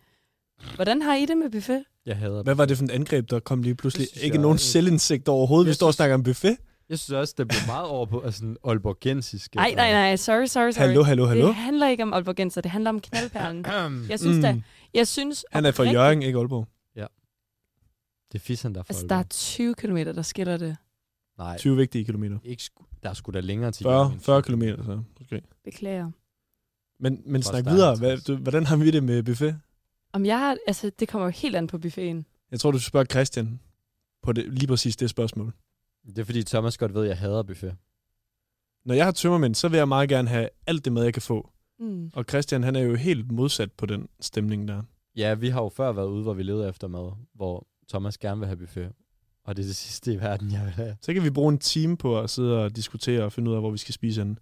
Hvordan har I det med buffet? jeg hader det. Hvad var det for et angreb, der kom lige pludselig? Det synes Ikke jeg nogen er- selvindsigt overhovedet. Vi Jeg står og synes- snakker om buffet. Jeg synes også, det blev meget over på altså, sådan Aalborgensisk. Nej, nej, nej. Sorry, sorry, sorry. Hallo, hallo, hallo. Mm. Det handler ikke om olbergenser. Det handler om knaldperlen. Jeg synes da, jeg synes... Han er fra oprigtigt- Jørgen, ikke Aalborg. Det er fissen, der er for Altså, der er Aalborg. 20 km, der skiller det. Nej, 20 vigtige kilometer. ikke sku... der er sgu da længere til. 40, Jørgen. 40 kilometer, så. Okay. Beklager. Men, men Trods snak der er videre. Hvad, halvtreds. du, hvordan har vi det med buffet? Om jeg har... Altså, det kommer jo helt an på buffeten. Jeg tror, du skal spørge Christian på det, lige præcis det spørgsmål. Det er fordi Thomas godt ved, at jeg hader buffet. Når jeg har tømmermænd, så vil jeg meget gerne have alt det mad, jeg kan få. Mm. Og Christian, han er jo helt modsat på den stemning der. Ja, vi har jo før været ude, hvor vi leder efter mad, hvor Thomas gerne vil have buffet. Og det er det sidste i verden, jeg vil have. Så kan vi bruge en time på at sidde og diskutere og finde ud af, hvor vi skal spise henne.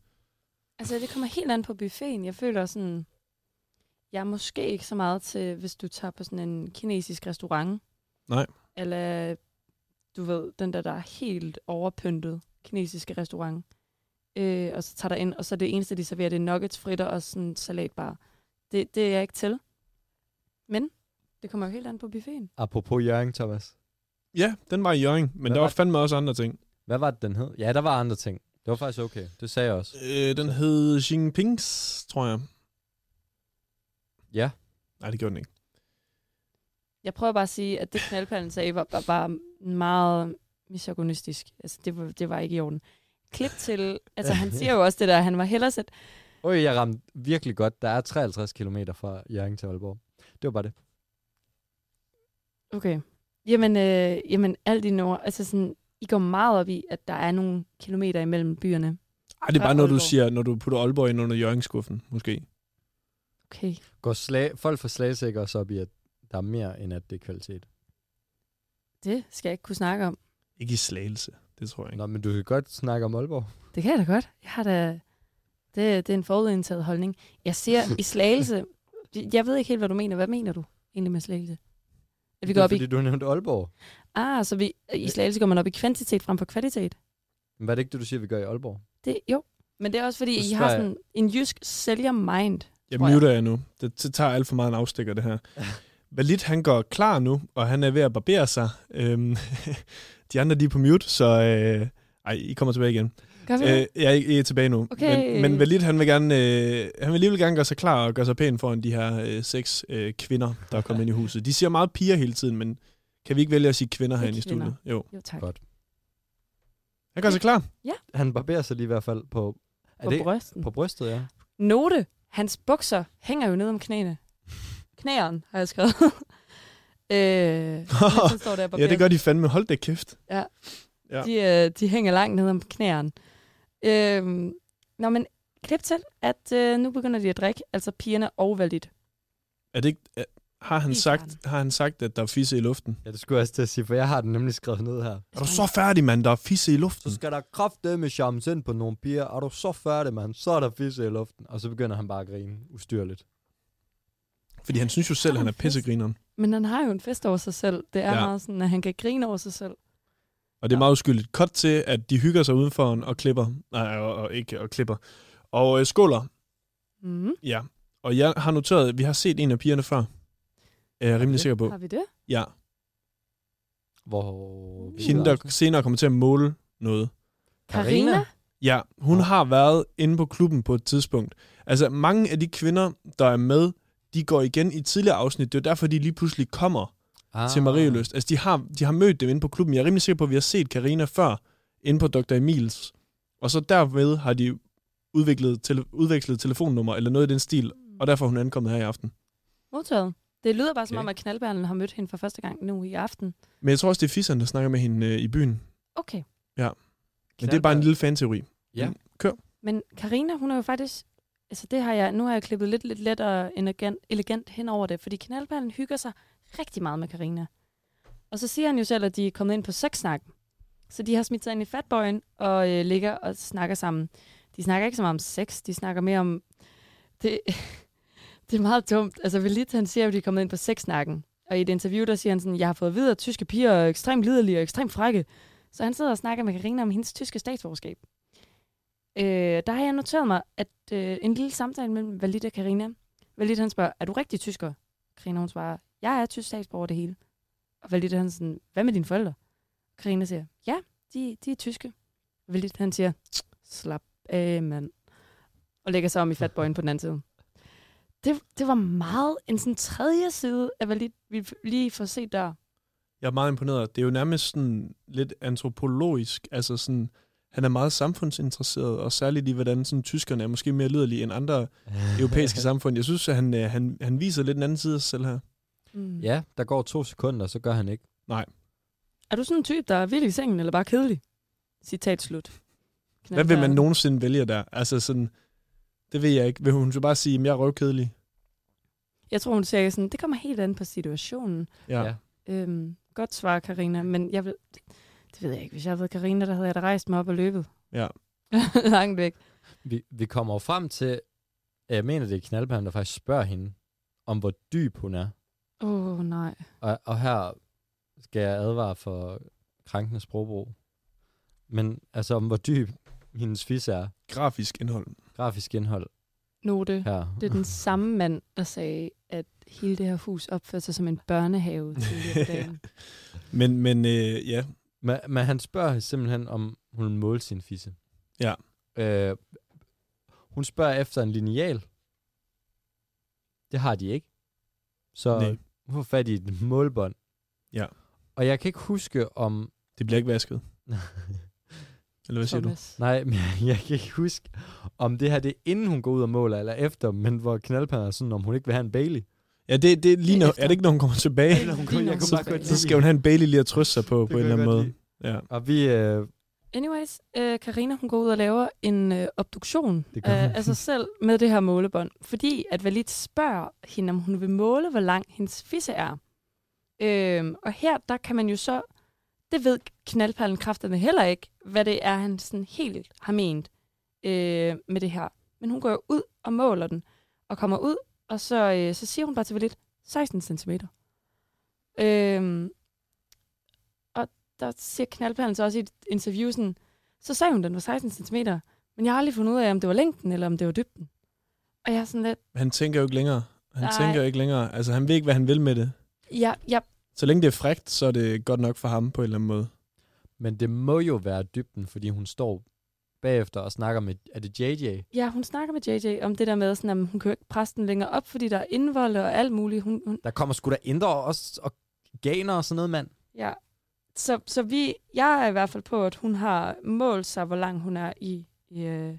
Altså, det kommer helt an på buffeten. Jeg føler sådan... Jeg er måske ikke så meget til, hvis du tager på sådan en kinesisk restaurant. Nej. Eller, du ved, den der, der er helt overpyntet kinesiske restaurant. Øh, og så tager der ind, og så det eneste, de serverer, det er nuggets, fritter og sådan salatbar. Det, det er jeg ikke til. Men det kommer jo helt an på buffeten. Apropos Jørgen, Thomas. Ja, den var i Jørgen, men Hvad der var var fandme også andre ting. Hvad var det, den hed? Ja, der var andre ting. Det var faktisk okay. Det sagde jeg også. Øh, den hed Xi Jinping's, tror jeg. Ja. Nej, det gjorde den ikke. Jeg prøver bare at sige, at det knaldperlen sagde var, var, var meget misogynistisk. Altså, det var, det var ikke i orden. klip til, altså han siger jo også det der, han var hellere sæt. Øj, jeg ramte virkelig godt. Der er 53 km fra Jørgen til Aalborg. Det var bare det. Okay. Jamen, øh, jamen alt i nord, altså sådan, I går meget op i, at der er nogle kilometer imellem byerne. Ej, det er bare Og noget, du Aalborg. siger, når du putter Aalborg ind under Jørgensskuffen, måske. Okay. Går slag, folk fra Slagelse ikke også op i, at der er mere, end at det er kvalitet? Det skal jeg ikke kunne snakke om. Ikke i slagelse, det tror jeg ikke. Nå, men du kan godt snakke om Aalborg. Det kan jeg da godt. Jeg har da... Det, det er en forudindtaget holdning. Jeg ser i slagelse... Jeg ved ikke helt, hvad du mener. Hvad mener du egentlig med slagelse? At vi det går er op fordi, i... du har nævnt Aalborg. Ah, så vi, i slagelse går man op i kvantitet frem for kvalitet. Men var det ikke det, du siger, vi gør i Aalborg? Det, jo. Men det er også fordi, Så I har spørger jeg- sådan en jysk sælger-mind. Jeg tror jeg. muter jeg nu. Det, det tager alt for meget en afstikker, det her. Valit, han går klar nu, og han er ved at barbere sig. Øhm, de andre, de er på mute, så... Øh, ej, I kommer tilbage igen. Gør vi Øh, det? jeg er ikke I er tilbage nu. Okay. Men, men Valit, han vil, gerne, øh, han vil alligevel gerne gøre sig klar og gøre sig pæn foran de her øh, seks øh, kvinder, der er kommet ind i huset. De siger meget piger hele tiden, men kan vi ikke vælge at sige kvinder herinde i kvinder. studiet? Jo. Jo, tak. Godt. Han gør sig klar. Han barberer sig lige i hvert fald på... Er På det brysten. på brystet, ja? Note. Hans bukser hænger jo ned om knæene. Knæeren, har jeg skrevet. øh, så står der ja, det gør de fandme. Hold da kæft. Ja. De, øh, de hænger langt ned om knæerne. Øhm, nå, men klip til, at øh, nu begynder de at drikke, altså pigerne og valgt. Er det ikke, er, har, han Helt sagt, klart. har han sagt, at der er fisse i luften? Ja, det skulle jeg også til at sige, for jeg har den nemlig skrevet ned her. Er du så færdig, mand? Der er fisse i Så luften. skal der kraftedeme med charmes ind på nogle piger. Er du så færdig, mand? Så er der fisse i luften. Og så begynder han bare at grine ustyrligt. Fordi han synes jo selv, at han er pissegrineren. Men han har jo en fest over sig selv. Det er Ja. ja. meget sådan, at han kan grine over sig selv. Og det er meget uskyldigt. Kort til, at de hygger sig udenfor og klipper. Nej, og, og ikke og klipper. Og øh, skåler. Mm. Ja. Og jeg har noteret, at vi har set en af pigerne før. Er jeg rimelig sikker på. Har vi det? Ja. Hvor... Mm. Hende, der senere kommer til at måle noget. Karina? Karina? Ja, hun Nå. har været inde på klubben på et tidspunkt. Altså, mange af de kvinder, der er med, de går igen i tidligere afsnit. Det er jo derfor, de lige pludselig kommer ah. ah. til Marieløst. Altså, de har, de har mødt dem inde på klubben. Jeg er rimelig sikker på, at vi har set Karina før inde på Dr. Emils. Og så derved har de udviklet tele- udvekslet telefonnummer eller noget i den stil, og derfor er hun ankommet her i aften. Modtaget. Det lyder bare som Okay. om, at knaldbærlen har mødt hende for første gang nu i aften. Men jeg tror også, det er fisseren, der snakker med hende øh, i byen. Men Okay. det er bare en lille fanteori. Men Karina, hun er jo faktisk... Altså det har jeg, nu har jeg klippet lidt, lidt let og elegant, elegant hen over det, fordi knaldperlen hygger sig rigtig meget med Karina. Og så siger han jo selv, at de er kommet ind på sexsnakken. Så de har smidt sig ind i fatbøjen og øh, ligger og snakker sammen. De snakker ikke så meget om sex, de snakker mere om... Det, det er meget dumt. Altså Velit, han siger, at de er kommet ind på sexsnakken. Og i et interview, der siger han sådan, jeg har fået at vide, at tyske piger er ekstremt liderlige og ekstremt frække. Så han sidder og snakker med Karina om hendes tyske statsborgerskab. Øh, der har jeg noteret mig, at øh, en lille samtale mellem Valit og Karina. Valit han spørger, er du rigtig tysker? Karina hun svarer, jeg er tysk statsborger det hele. Og Valit han sådan, hvad med dine forældre? Karina siger, ja, de, de er tyske. Valit han siger, slap af mand. Og lægger sig om i fatbøjen på den anden side. Det, det var meget en sådan tredje side af Valit, vi f- lige får set der. Jeg er meget imponeret. Det er jo nærmest sådan lidt antropologisk. Altså sådan, han er meget samfundsinteresseret, og særligt i, hvordan sådan, tyskerne er måske mere liderlige end andre europæiske samfund. Jeg synes, at han, øh, han, han viser lidt en anden side af sig selv her. Mm. Ja, der går to sekunder, så gør han ikke. Er du sådan en type, der er vildt i sengen, eller bare kedelig? Citat slut. Hvad vil man Knaldperlen. nogensinde vælge der? Altså sådan, det ved jeg ikke. Vil hun så bare sige, at jeg er røvkedelig? Jeg tror, hun siger sådan, det kommer helt an på situationen. Ja. Ja. ja. Øhm, godt svar, Karina, men jeg vil... Det ved jeg ikke. Hvis jeg havde været Karina, der havde jeg da rejst mig op og løbet. Ja. Langt væk. Vi, vi kommer jo frem til... Jeg mener, det er Knaldperlen, der faktisk spørger hende, om hvor dyb hun er. Åh, oh, nej. Og, og her skal jeg advare for krænkende sprogbrug. Men altså om hvor dyb hendes fisse er. Grafisk indhold. Grafisk indhold Note. Ja. her. Det er den samme mand, der sagde, at hele det her hus opførte sig som en børnehave tidligere på dagen. Men, men øh, ja, Men, men han spørger simpelthen, om hun vil måle sin fisse. Ja. Øh, hun spørger efter en lineal. Det har de ikke. Så Nej. Nej. hun får fat i et målbånd. Ja. Og jeg kan ikke huske, om det bliver ikke vasket. Eller hvad siger du? Thomas. Nej, men jeg, jeg kan ikke huske, om det her det er inden hun går ud og måler, eller efter, men hvor knaldperlen er sådan, om hun ikke vil have en Bailey. Ja, det, det ligner, Efter. er det ikke, når hun kommer tilbage? Eller hun kunne- jeg kunne bare godt Så skal hun have en Bailey lige at trøste sig på, på en eller anden måde. Ja. Og vi, øh, Anyways, øh, Karina hun går ud og laver en øh, obduktion Det gør hun. øh, af sig selv med det her målebånd, fordi at Valit spørger hende, om hun vil måle, hvor lang hendes fisse er. Øhm, og her, der kan man jo så, det ved knaldperlen kræfterne heller ikke, hvad det er, han sådan helt har ment øh, med det her. Men hun går jo ud og måler den, og kommer ud, og så, øh, så siger hun bare til Valit, 16 cm. Øhm, der siger knaldperlen så også i et interview sådan, så sagde hun, den var 16 cm, men jeg har aldrig fundet ud af, om det var længden eller om det var dybden. Og jeg er sådan lidt, Han tænker jo ikke længere. Han Nej. tænker jo ikke længere. Altså, han ved ikke, hvad han vil med det. ja, ja, Så længe det er frægt, så er det godt nok for ham på en eller anden måde. men det må jo være dybden, fordi hun står bagefter og snakker med, er det JJ? ja, hun snakker med JJ om det der med, sådan, at hun kan jo ikke presse den længere op, fordi der er indvold og alt muligt. Hun, hun, Der kommer sgu da indre også, og ganer og sådan noget, mand. ja. Så, så vi, jeg er i hvert fald på, at hun har målt sig, hvor lang hun er i... i, øh,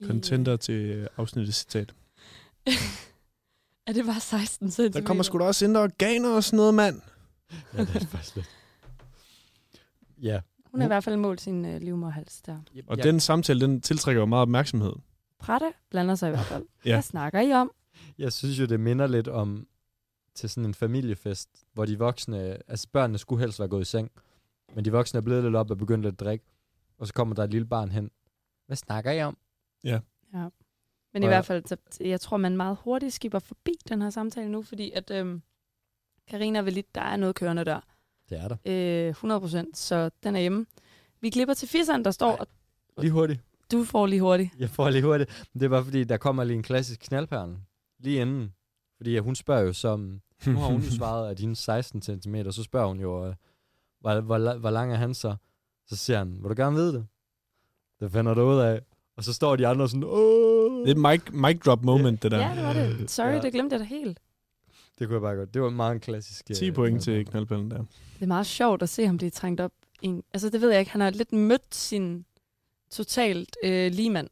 i Contenter til øh, afsnittets citat. er det bare 16 cm? Der kommer sgu da også indre organer og sådan noget, mand. Ja, det er det faktisk lidt. Ja. Hun har i hvert fald målt sin øh, livmorhals der. Og jeg, den samtale, den tiltrækker jo meget opmærksomhed. Prette blander sig i hvert fald. Ja. ja. Hvad snakker I om? jeg synes jo, det minder lidt om til sådan en familiefest, hvor de voksne, altså børnene skulle helst være gået i seng, men de voksne er blevet lidt op og begyndt lidt at drikke, og så kommer der et lille barn hen. Hvad snakker I om? Men i Og- hvert fald, så, jeg tror, man meget hurtigt skipper forbi den her samtale nu, fordi at øhm, Karina vil lidt, der er noget kørende der. Det er der. Øh, 100 procent, så den er hjemme. Vi klipper til fisseren, der står, Ej. og Lige hurtigt. du får lige hurtigt. Jeg får lige hurtigt. Men Det var fordi, der kommer lige en klassisk knaldperlen. Lige inden. Fordi øh, hun spørger jo som... Nu har hun jo svaret, at dine 16 cm, så spørger hun jo, øh, hvor, hvor, la- hvor lang er han så? Så siger han, vil du gerne vide det? Det finder du ud af. Og så står de andre sådan, åh! Det er et mic, mic drop moment, det der. Ja, det var det. Sorry, Ja. ja. det glemte jeg da helt. Det kunne jeg bare godt. Det var meget en klassisk... øh, 10 point til knaldperlen. knaldballen der. Det er meget sjovt at se ham blive trængt op. i En, altså, det ved jeg ikke. Han har lidt mødt sin totalt øh, ligemand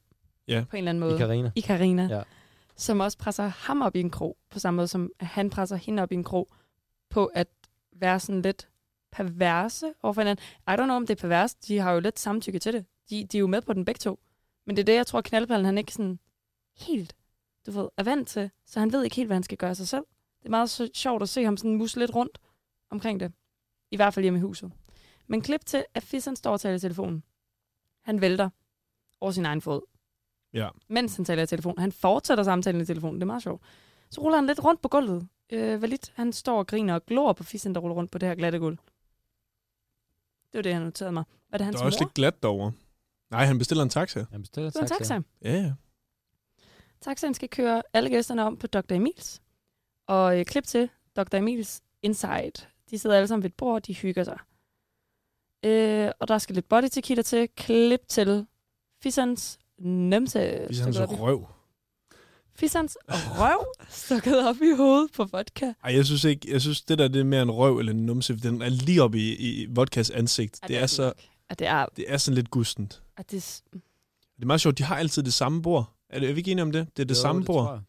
Ja. på en eller anden måde. I Karina. i Karina, Ja. ja. som også presser ham op i en krog, på samme måde som han presser hende op i en krog, på at være sådan lidt perverse overfor hinanden. I don't know, om det er perverse. De har jo lidt samtykke til det. De, de er jo med på den begge to. Men det er det, jeg tror, knaldperlen han ikke sådan helt du ved, er vant til, så han ved ikke helt, hvad han skal gøre sig selv. Det er meget så sjovt at se ham sådan musle lidt rundt omkring det. I hvert fald hjemme i huset. Men klip til, at Fissen står og taler i telefonen. Han vælter over sin egen fod mens han taler i telefon. Han fortsætter samtalen i telefonen, det er meget sjovt. Så ruller han lidt rundt på gulvet. Øh, Valit, han står og griner og glor på fissen, der ruller rundt på det her glatte gulv. Det var det, han noterede mig. Var det hans Der er også mor? lidt glat derovre. Nej, han bestiller en taxa. Jamen, bestiller Det var en taxa. Ja, ja. Taxaen skal køre alle gæsterne om på Dr. Emils. Og øh, klip til Dr. Emils Insight. De sidder alle sammen ved et bord, og de hygger sig. Øh, og der skal lidt body tequila til. Klip til Fissens nemse. Hvis han så stukket op i- røv. Fissens røv stukket op i hovedet på vodka. Ej, jeg synes ikke, jeg synes det der, det er mere en røv eller en numse, for den er lige oppe i, i vodkas ansigt. Ja, det, er så, At det er... det er sådan lidt gustent. At det, s- Det er meget sjovt, de har altid det samme bord. Er, det, er vi ikke enige om det? Det er det Jo, samme bord. tror jeg.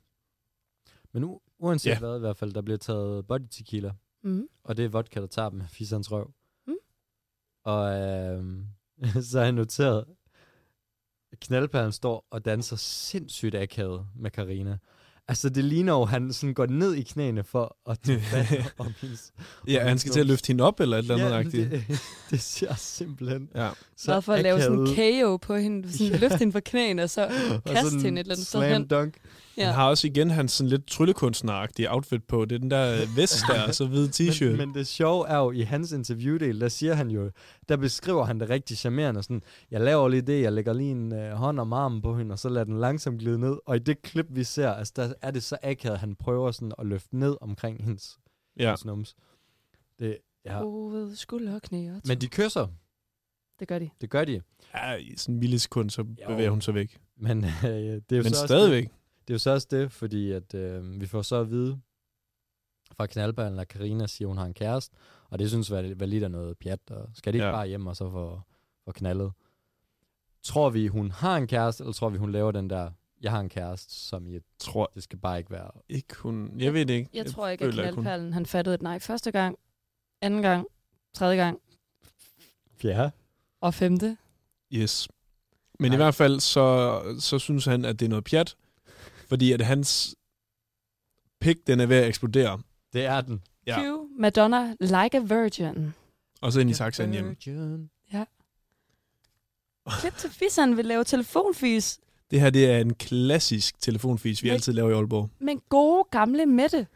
Men u- uanset Ja. ja. hvad i hvert fald, der bliver taget body tequila, mm. og det er vodka, der tager dem af fisserens røv. Mm. Og øhm, så har jeg noteret, at knaldperlen står og danser sindssygt akavet med Karina. Altså, det ligner jo, han sådan går ned i knæene for at tage fat om hendes... Ja, han skal til at løfte hende op eller et eller andet. Ja, agtigt. det, det ser simpelthen Ja. så Bare for at lave sådan akavet en KO på hende, sådan Ja. yeah. løfte hende fra knæene, og så kaste hende et eller andet sted slam hen. dunk. Ja. Han har også igen hans sådan lidt tryllekunstneragtige outfit på. Det er den der øh, vest der, og så hvid t-shirt. Men, men det sjove er jo, i hans interviewdel, der siger han jo, der beskriver han det rigtig charmerende, sådan, jeg laver lige det, jeg lægger lige en øh, hånd om armen på hende, og så lader den langsomt glide ned, og i det klip, vi ser, altså, der er det så akavet, at han prøver sådan at løfte ned omkring hendes, ja. ja. hendes nums. Det, ja. Hoved, skulder og knæ. Og Men de kysser, det gør de. det gør de, ja, i sådan en millisekund, så bevæger hun sig væk. men øh, det er jo Men så også stadigvæk. Det, det er jo så også det, fordi at, øh, vi får så at vide fra knaldballen, at Karina siger, hun har en kæreste, og det synes Val- Valid er noget pjat, og skal de ikke Ja. ja. bare hjem og så få og knaldet. Tror vi, hun har en kæreste, eller tror vi, hun laver den der, jeg har en kæreste, som i, et, tror det skal bare ikke være. ikke, hun... Jeg ved det ikke. Jeg tror ikke, at føler hun- knaldperlen han fattede et nej første gang, anden gang, tredje gang Ja. og femte. Yes. Men Nej. i hvert fald, så, så synes han, at det er noget pjat, fordi at hans pik, den er ved at eksplodere, Det er den. Ja. Ja. Q, Madonna, Like a Virgin. og så ind i taxaen hjem. Klip til fisseren vil lave telefonfis, Det her, det er en klassisk telefonfis, vi Men- altid laver i Aalborg. men gode gamle Mette.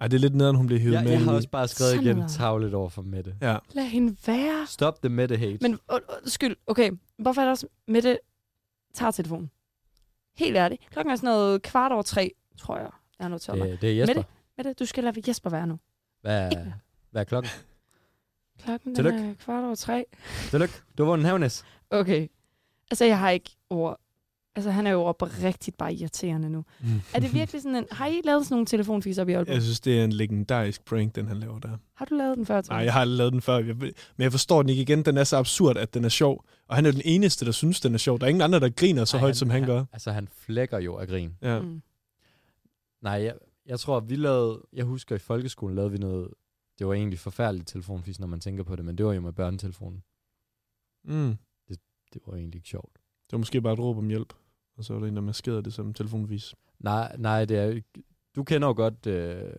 Ej, det er lidt nederen, hun bliver hivet Jeg, med. jeg har ind i. også bare skrevet Sådan igen noget. tavlet over for Mette. Ja, Lad hende være. Stop the Mette hate. Men und- undskyld, okay. Hvorfor er der også Mette tager telefonen? Helt ærligt. Klokken er sådan noget kvart over tre, tror jeg. Jeg har noteret mig. det, det er Jesper. Mette? Mette, du skal lade Jesper være nu. Hvad, Ikke mere. hvad er klokken? Klokken den Tillykke. er kvart over tre. Tillykke. Du har vundet Havnes. Okay. Altså, jeg har ikke ord. Altså, han er jo oprigtigt bare irriterende nu. Er det virkelig sådan en... Har I lavet sådan nogle telefonfis op i Øh, Aalborg? jeg synes, det er en legendarisk prank, den han laver der. Har du lavet den før, Tom? Nej, jeg har aldrig lavet den før, jeg, ved- men jeg forstår den ikke igen. Den er så absurd, at den er sjov. Og han er den eneste, der synes, den er sjov. Der er ingen andre, der griner så Ej, Ej, højt, som han gør. Altså, han flækker jo af grin. Ja. Mm. Nej, jeg, jeg tror, vi lavede... Jeg husker, i folkeskolen lavede vi noget... Det var egentlig forfærdeligt telefonfis, når man tænker på det, men det var jo med børnetelefonen. Mm. Det var egentlig ikke sjovt. Det var måske bare et råb om hjælp. Og så var der en, der maskerede det som telefonvis. Nej, nej, det er jo ikke... Du kender jo godt øh,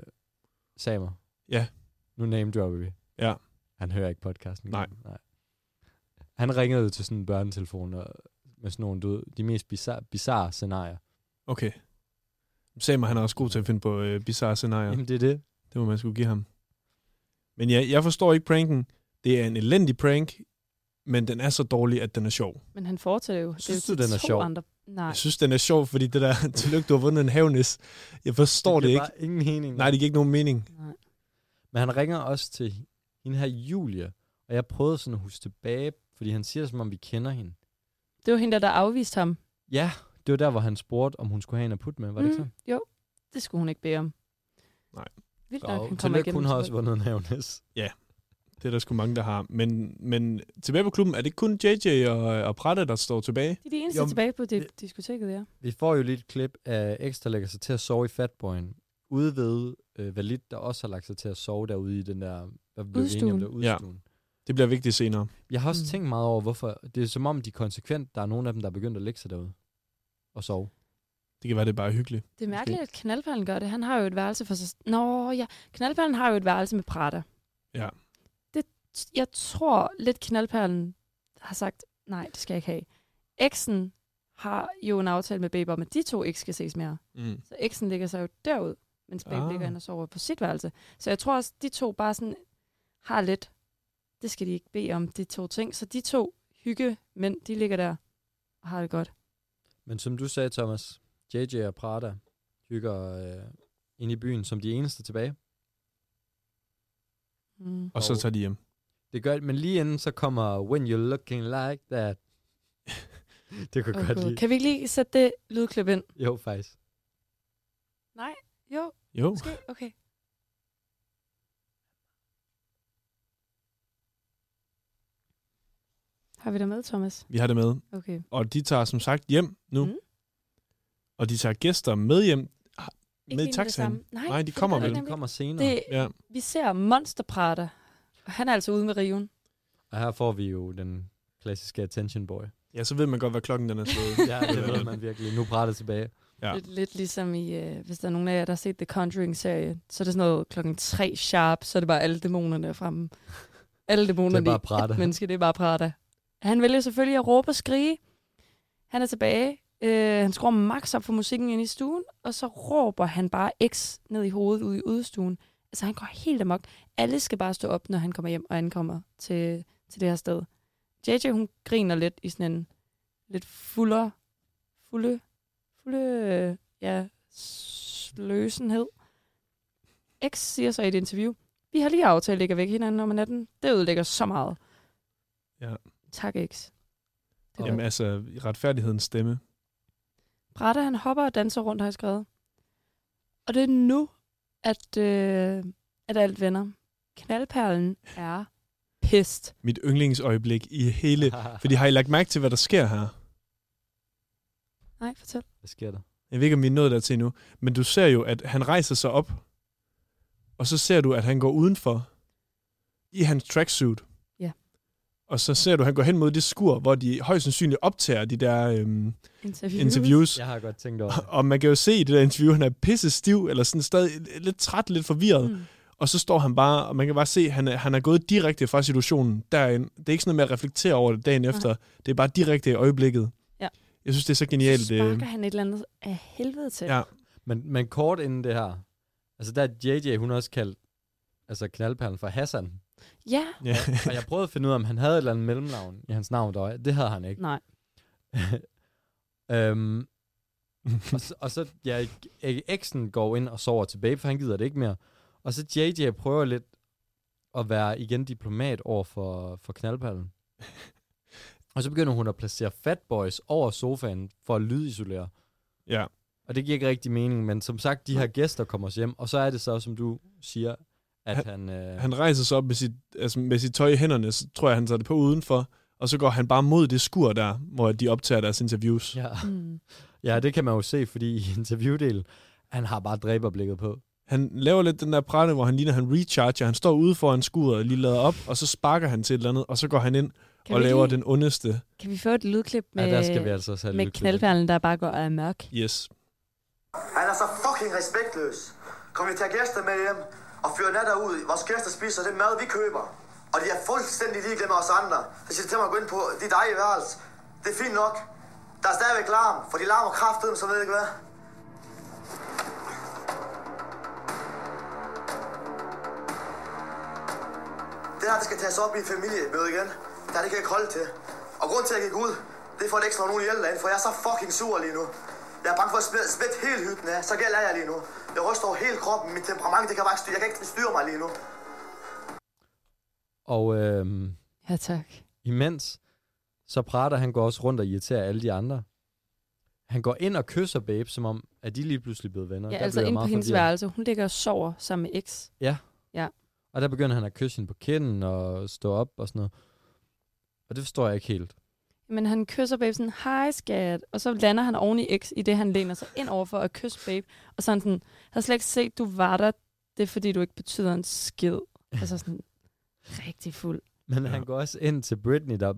Samer. Ja. Nu name dropper vi. Ja. Han hører ikke podcasten. Nej. igen. nej. Han ringede jo til sådan en børnetelefon og, med sådan nogle, du ved, de mest bizarre, bizarre scenarier. Okay. Samer, han er også god til at finde på øh, bizarre scenarier. Ja. Jamen, det er det. Det må man skulle give ham. Men ja, jeg forstår ikke pranken. Det er en elendig prank, men den er så dårlig, at den er sjov. Men han fortsætter jo. Synes det er jo du, til den er to sjov? Andre... Nej. Jeg synes, den er sjov, fordi det der, tillykke, du har vundet en havnis. Jeg forstår det, giver ikke. Bare ingen mening. Nej, det giver ikke nogen mening. Nej. Men han ringer også til hende her Julia, og jeg prøvede sådan at huske tilbage, fordi han siger, som om vi kender hende. Det var hende, der, der afviste ham. Ja, det var der, hvor han spurgte, om hun skulle have en at putte med. Var det ikke så? Mm-hmm. Jo, det skulle hun ikke bede om. Nej. Vildt nok, Og han kommer tillykke, igennem. hun har til også det. vundet en havnes. Det er der sgu mange, der har. Men, men tilbage på klubben, er det kun JJ og, og Pratte, der står tilbage? De er de eneste Jo, men- tilbage på det, diskoteket, ja. Vi får jo lige et klip af ekstra lægger sig til at sove i Fatboyen. Ude ved øh, Valit, der også har lagt sig til at sove derude i den der... Hvad blev vi enige om Udstuen. der? Udstuen. Ja. Det bliver vigtigt senere. Jeg har også mm. Mm. tænkt meget over, hvorfor... Det er som om, de er konsekvent. Der er nogle af dem, der er begyndt at lægge sig derude og sove. Det kan være, det er bare hyggeligt. Det er mærkeligt, at knaldperlen gør det. Han har jo et værelse for sig. Nå ja, knaldperlen har jo et værelse med prater. Ja. Det, jeg tror lidt, knaldperlen har sagt, nej, det skal jeg ikke have. Eksen har jo en aftale med Babe om, at de to ikke skal ses mere. Mm. Så eksen ligger sig jo derud, mens Babe Ah. ah. ligger inde og sover på sit værelse. Så jeg tror også, de to bare sådan har lidt, det skal de ikke bede om, de to ting. Så de to hygge mænd, de ligger der og har det godt. Men som du sagde, Thomas, JJ og Prada hygger øh, ind i byen som de eneste tilbage. Mm. Og så Og- tager de hjem. Det gør men lige inden så kommer When You're Looking Like That. det kunne jeg Oh godt God. lide. kan vi ikke lige sætte det lydklip ind? Jo, faktisk. Nej, jo, Jo. måske, okay. Har vi dig med, Thomas? Vi har det med. Okay. Og de tager som sagt hjem nu. Mm. Mm. Og de tager gæster med hjem. har- Ikke Med lige i det samme. taxaen. Nej, Nej, de det kommer gør vel. Og det den nemlig. kommer senere. Det... Det, Ja. vi ser monsterprater. Og Han er altså ude med riven. Og her får vi jo den klassiske attention boy. ja, så ved man godt, hvad klokken den er slået. Ja, det ved man virkelig. Nu Prada tilbage. Ja. Ja. Lidt, lidt ligesom i, øh, hvis der er nogen af jer, der har set The Conjuring-serie, så er det sådan noget klokken tre sharp, så er det bare alle dæmonerne fremme. Alle dæmonerne bare i ét Prada. menneske, det er bare Prada. Han vælger selvfølgelig at råbe og skrige. Han er tilbage. Øh, han skruer max op for musikken ind i stuen, og så råber han bare X ned i hovedet ude i udstuen. Altså han går helt amok. Alle skal bare stå op, når han kommer hjem og ankommer til, til det her sted. JJ, hun griner lidt i sådan en lidt fuller, fulde, fulde, øh, ja, sløsenhed. X siger så i et interview, vi har lige aftalt ikke at vække hinanden om natten. Det ødelægger så meget. Ja. Tak, X. Det Jamen Jamen, altså, retfærdighedens stemme. Bratte, han hopper og danser rundt, har jeg skrevet. Og det er nu, at, øh, at alt vender. Knaldperlen er pissed. Mit yndlingsøjeblik i hele... Fordi har I lagt mærke til, hvad der sker her? Nej, fortæl. Hvad sker der? Jeg ved ikke, om vi er nået dertil nu. Men du ser jo, at han rejser sig op, og så ser du, at han går udenfor i hans tracksuit. Ja. Og så ser du, at han går hen mod det skur, hvor de højst sandsynligt optager de der Mhm. øhm, Interview. interviews. Ja. Jeg har godt tænkt over det. Og man kan jo se i det der interview, han er pisse stiv, eller sådan stadig lidt træt, lidt forvirret. Mm. Mm. Og så står han bare, og man kan bare se, at han er, han er gået direkte fra situationen derind. Det er ikke sådan noget med at reflektere over det dagen efter. Det er bare direkte i øjeblikket. Ja. Jeg synes, det er så Så genialt. øh, sparker han et eller andet af helvede til. Ja. Men, men kort inden det her, altså der er JJ, hun også kaldt altså knaldperlen for Hassan. ja. Ja. Og jeg prøvede at finde ud af, om han havde et eller andet mellemnavn i hans navn. Der. Det havde han ikke. Nej. øhm, og, så, og så ja, eksen går ind og sover til babe, for han gider det ikke mere. Og så JJ prøver lidt at være igen diplomat over for, for knaldperlen. og så begynder hun at placere fatboys over sofaen for at lydisolere. ja. Og det giver ikke rigtig mening, men som sagt, de her gæster kommer os hjem, og så er det så, som du siger, at han... han øh, Han rejser sig op med sit, altså med sit tøj i hænderne, så tror jeg, han tager det på udenfor, og så går han bare mod det skur der, hvor de optager deres interviews. Ja. ja, Mm. ja, det kan man jo se, fordi i interviewdelen, han har bare dræberblikket på. Han laver lidt den der prate, hvor han ligner, han recharger, han står ude foran skuret og lige lader op, og så sparker han til et eller andet, og så går han ind Kan, og vi laver lige, den ondeste. kan vi få et lydklip med, Ja, der skal vi altså også have med lydklip. knaldperlen, der bare går af mørk? Yes. Han er så fucking respektløs. Kom vi tager gæster med hjem og fyrer natter ud. Vores gæster spiser den mad, vi køber. Og de er fuldstændig ligeglade med os andre. Så siger de til mig at gå ind på dit eget værelse. Det er fint nok. Der er stadigvæk larm, for de larmer kraftedeme, så ved jeg ikke hvad. Det her, det skal tages op i en familiemøde igen. Det her, det kan jeg ikke holde til. Og grund til, at jeg gik ud, det er for at ikke slå nogen ihjel derinde, for jeg er så fucking sur lige nu. Jeg er bange for at smidt, smidt hele hytten af, så gæld er jeg lige nu. Jeg ryster over hele kroppen, mit temperament, det kan bare ikke styre, jeg kan ikke styre mig lige nu. Og øhm, Ja, tak. imens, så prater han går også rundt og irriterer alle de andre. Han går ind og kysser babe, som om, at de lige pludselig blevet venner. Ja, Der altså blev jeg ind på meget hendes forvirret. værelse. Hun ligger og sover sammen med X. Og der begynder han at kysse hende på kinden og stå op og sådan noget. Og det forstår jeg ikke helt. Men han kysser babe sådan, hej skat. Og så lander han oven i X, i det han læner sig ind over for at kysse babe. Og så er han sådan, jeg har slet ikke set, du var der. Det er fordi, du ikke betyder en skid. Altså sådan, rigtig fuld. Men Ja. ja. han går også ind til Britney, der,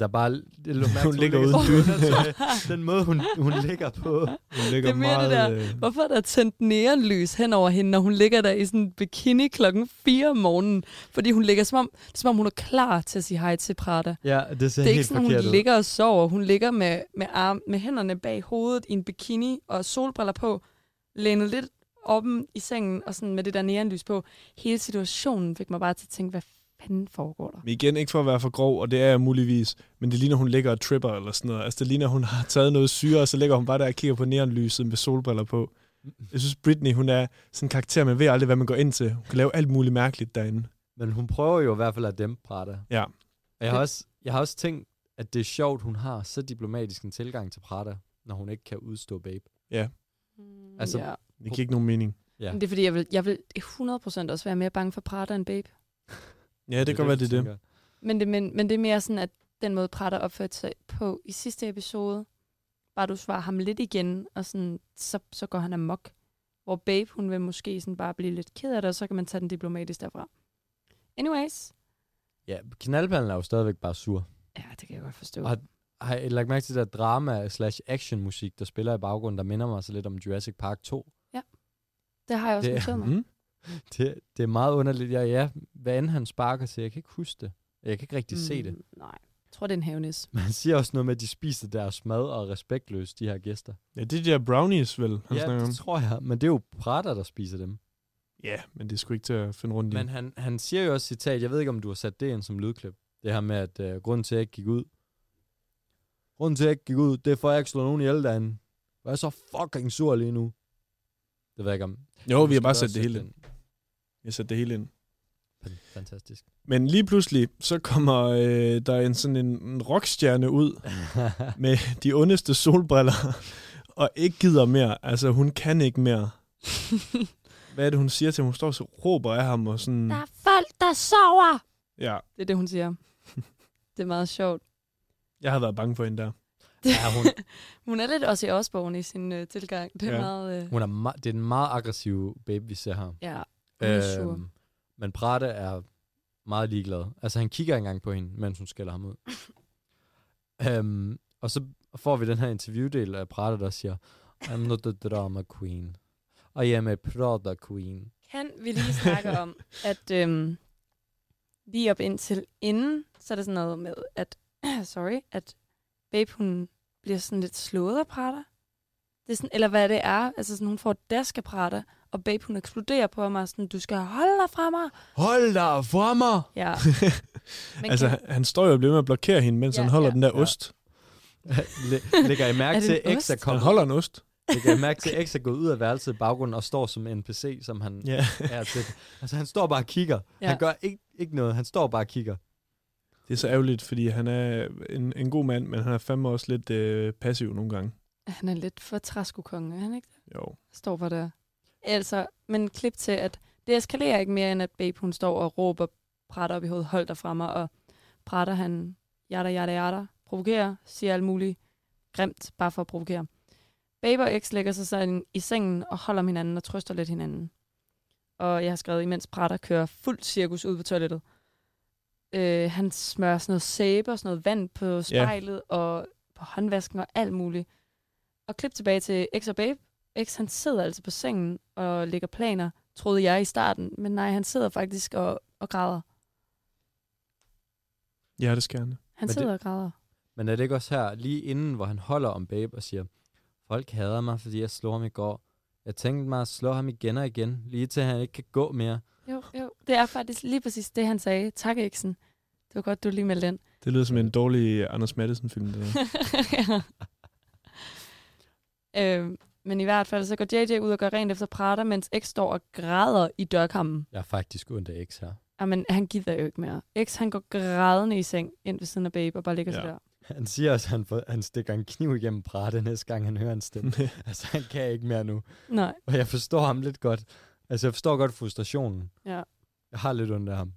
der bare... Det lå mærke, til, Hun ligger uden sådan dyne. under tøj. Den måde, hun, hun ligger på. Hun ligger Det er mere meget, det øh, Hvorfor er der tændt neonlys hen over hende, når hun ligger der i sådan en bikini klokken 4 om morgenen? Fordi hun ligger som om, som om hun er klar til at sige hej til Prada. Ja, det ser Det er ikke helt sådan, hun forkert ud. ligger og sover. Hun ligger med, med, arm, med hænderne bag hovedet i en bikini og solbriller på, lænet lidt oppen i sengen og sådan med det der neonlys på. Hele situationen fik mig bare til at tænke, hvad fanden foregår der? Men igen, ikke for at være for grov, og det er jeg muligvis, men det ligner, hun ligger og tripper eller sådan noget. Altså, det ligner, hun har taget noget syre, og så ligger hun bare der og kigger på neonlyset med solbriller på. Jeg synes, Britney, hun er sådan en karakter, man ved aldrig, hvad man går ind til. Hun kan lave alt muligt mærkeligt derinde. Men hun prøver jo i hvert fald at dæmpe Prada. Ja. Og jeg har, også, jeg har også tænkt, at det er sjovt, hun har så diplomatisk en tilgang til Prada, når hun ikke kan udstå babe. Altså- ja. Det giver ikke nogen mening. Ja. Men det er fordi, jeg vil, jeg vil 100% også være mere bange for Prada end Babe. Ja, det, det kan godt være, det er det. tænker. Men det, men, men det er mere sådan, at den måde Prada opførte sig på i sidste episode, bare du svarer ham lidt igen, og sådan, så, så går han amok. Hvor Babe, hun vil måske sådan bare blive lidt ked af det, og så kan man tage den diplomatisk derfra. Anyways. Ja, knaldperlen er jo stadigvæk bare sur. Ja, det kan jeg godt forstå. Og- Har I lagt mærke til det der drama slash action musik, der spiller i baggrunden, der minder mig så lidt om Jurassic Park 2? Det har jeg også det er- noteret mig. Mm. Det, det er meget underligt. Ja, ja, hvad end han sparker til, jeg kan ikke huske det. Jeg kan ikke rigtig mm. se det. Mm, Nej, jeg tror, det er en havnis. Man siger også noget med, at de spiser deres mad og er respektløst, de her gæster. Ja, det er de der brownies, vel, han ja, snakker om. det tror jeg. Men det er jo Prada, der spiser dem. Ja, men det er sgu ikke til at finde rundt i. Men han, han siger jo også citat, jeg ved ikke, om du har sat det ind som lydklip. Det her med, at øh, grunden til, at jeg ikke gik ud. Grunden til, at jeg ikke gik ud, det er for, at jeg ikke slår nogen ihjel derinde. Og jeg er så fucking sur lige nu. Det ved jeg ikke om. Jo, vi har Måske bare også sat det hele ind. den. Vi har sat det hele ind. Fan- Fantastisk. Men lige pludselig, så kommer øh, der en sådan en, en rockstjerne ud med de ondeste solbriller, og ikke gider mere. Altså, hun kan ikke mere. Hvad er det, hun siger til ham? Hun står og så råber af ham, og sådan... Der er folk, der sover! Ja, Det er det, hun siger. det er meget sjovt. jeg havde været bange for hende der. Ja, hun, Hun er lidt også i Osborne i sin øh, tilgang. Det er Ja. ja. meget... Øh, hun er me- det er en meget aggressiv babe, vi ser her. ja, Hun er Øhm, sur. men Prate er meget ligeglad. Altså, han kigger ikke engang på hende, mens hun skælder ham ud. øhm, og så får vi den her interviewdel af Prate, der siger, I'm not a drama queen. I am a Prada queen. Kan vi lige snakke om, at øhm, lige op indtil inden, så er det sådan noget med, at, sorry, at babe, hun bliver sådan lidt slået af prater. Det er sådan, eller hvad det er. Altså sådan, hun får dask af prater, og babe, hun eksploderer på mig, sådan, du skal holde dig fra mig. Hold da for mig! Ja. Men altså, kan, han, han står jo og bliver ved med at blokere hende, mens Ja, ja, han holder ja. ja, den der Ja. ja. ost. Læ- lægger I mærke Er det til, en at X er ost? Han kommet holder en ost. lægger I mærke til, at X er gået ud af værelset i baggrunden og står som en NPC, som han Ja. er til. Altså, han står bare og kigger. Ja. Ja. Han gør ikke, ikke noget. Han står bare og kigger. Det er så ærgerligt, fordi han er en, en god mand, men han er fandme også lidt øh, passiv nogle gange. han er lidt for træskokonge, er han ikke? Jo. står for der. Altså, men klip til, at det eskalerer ikke mere, end at babe, hun står og råber Prater op i hovedet, hold dig fra mig, og Prater, han jada, jada, jada, provokerer, siger alt muligt grimt, bare for at provokere. Babe og X lægger sig sådan i sengen og holder om hinanden og trøster lidt hinanden. Og jeg har skrevet, imens Prater kører fuldt cirkus ud på toilettet. Øh, han smører sådan noget sæbe og sådan noget vand på spejlet yeah. og på håndvasken og alt muligt. Og klip tilbage til X og Babe, X han sidder altså på sengen og lægger planer, troede jeg i starten, men nej, han sidder faktisk og, og græder. Hjerteskærende. Han Men det- sidder og græder. Men er det ikke også her, lige inden, hvor han holder om Babe og siger, folk hader mig, fordi jeg slog ham i går. Jeg tænkte mig at slå ham igen og igen, lige til han ikke kan gå mere. Jo, jo. Det er faktisk lige præcis det, han sagde. Tak, Eksen. Det var godt, du lige meldte den. Det lyder som en dårlig Anders Madsen-film, det der. øhm, men i hvert fald, så går JJ ud og gør rent efter Prater, mens X står og græder i dørkammen. Jeg er faktisk ondt af X her. Jamen, han gider jo ikke mere. X, han går grædende i seng ind ved siden af Babe og bare ligger ja. sig Ja. der. Han siger også, at han, får, han stikker en kniv igennem brættet næste gang, han hører en stemme. altså, han kan ikke mere nu. Nej, Og jeg forstår ham lidt godt. Altså, jeg forstår godt frustrationen. Ja. Jeg har lidt ondt af ham.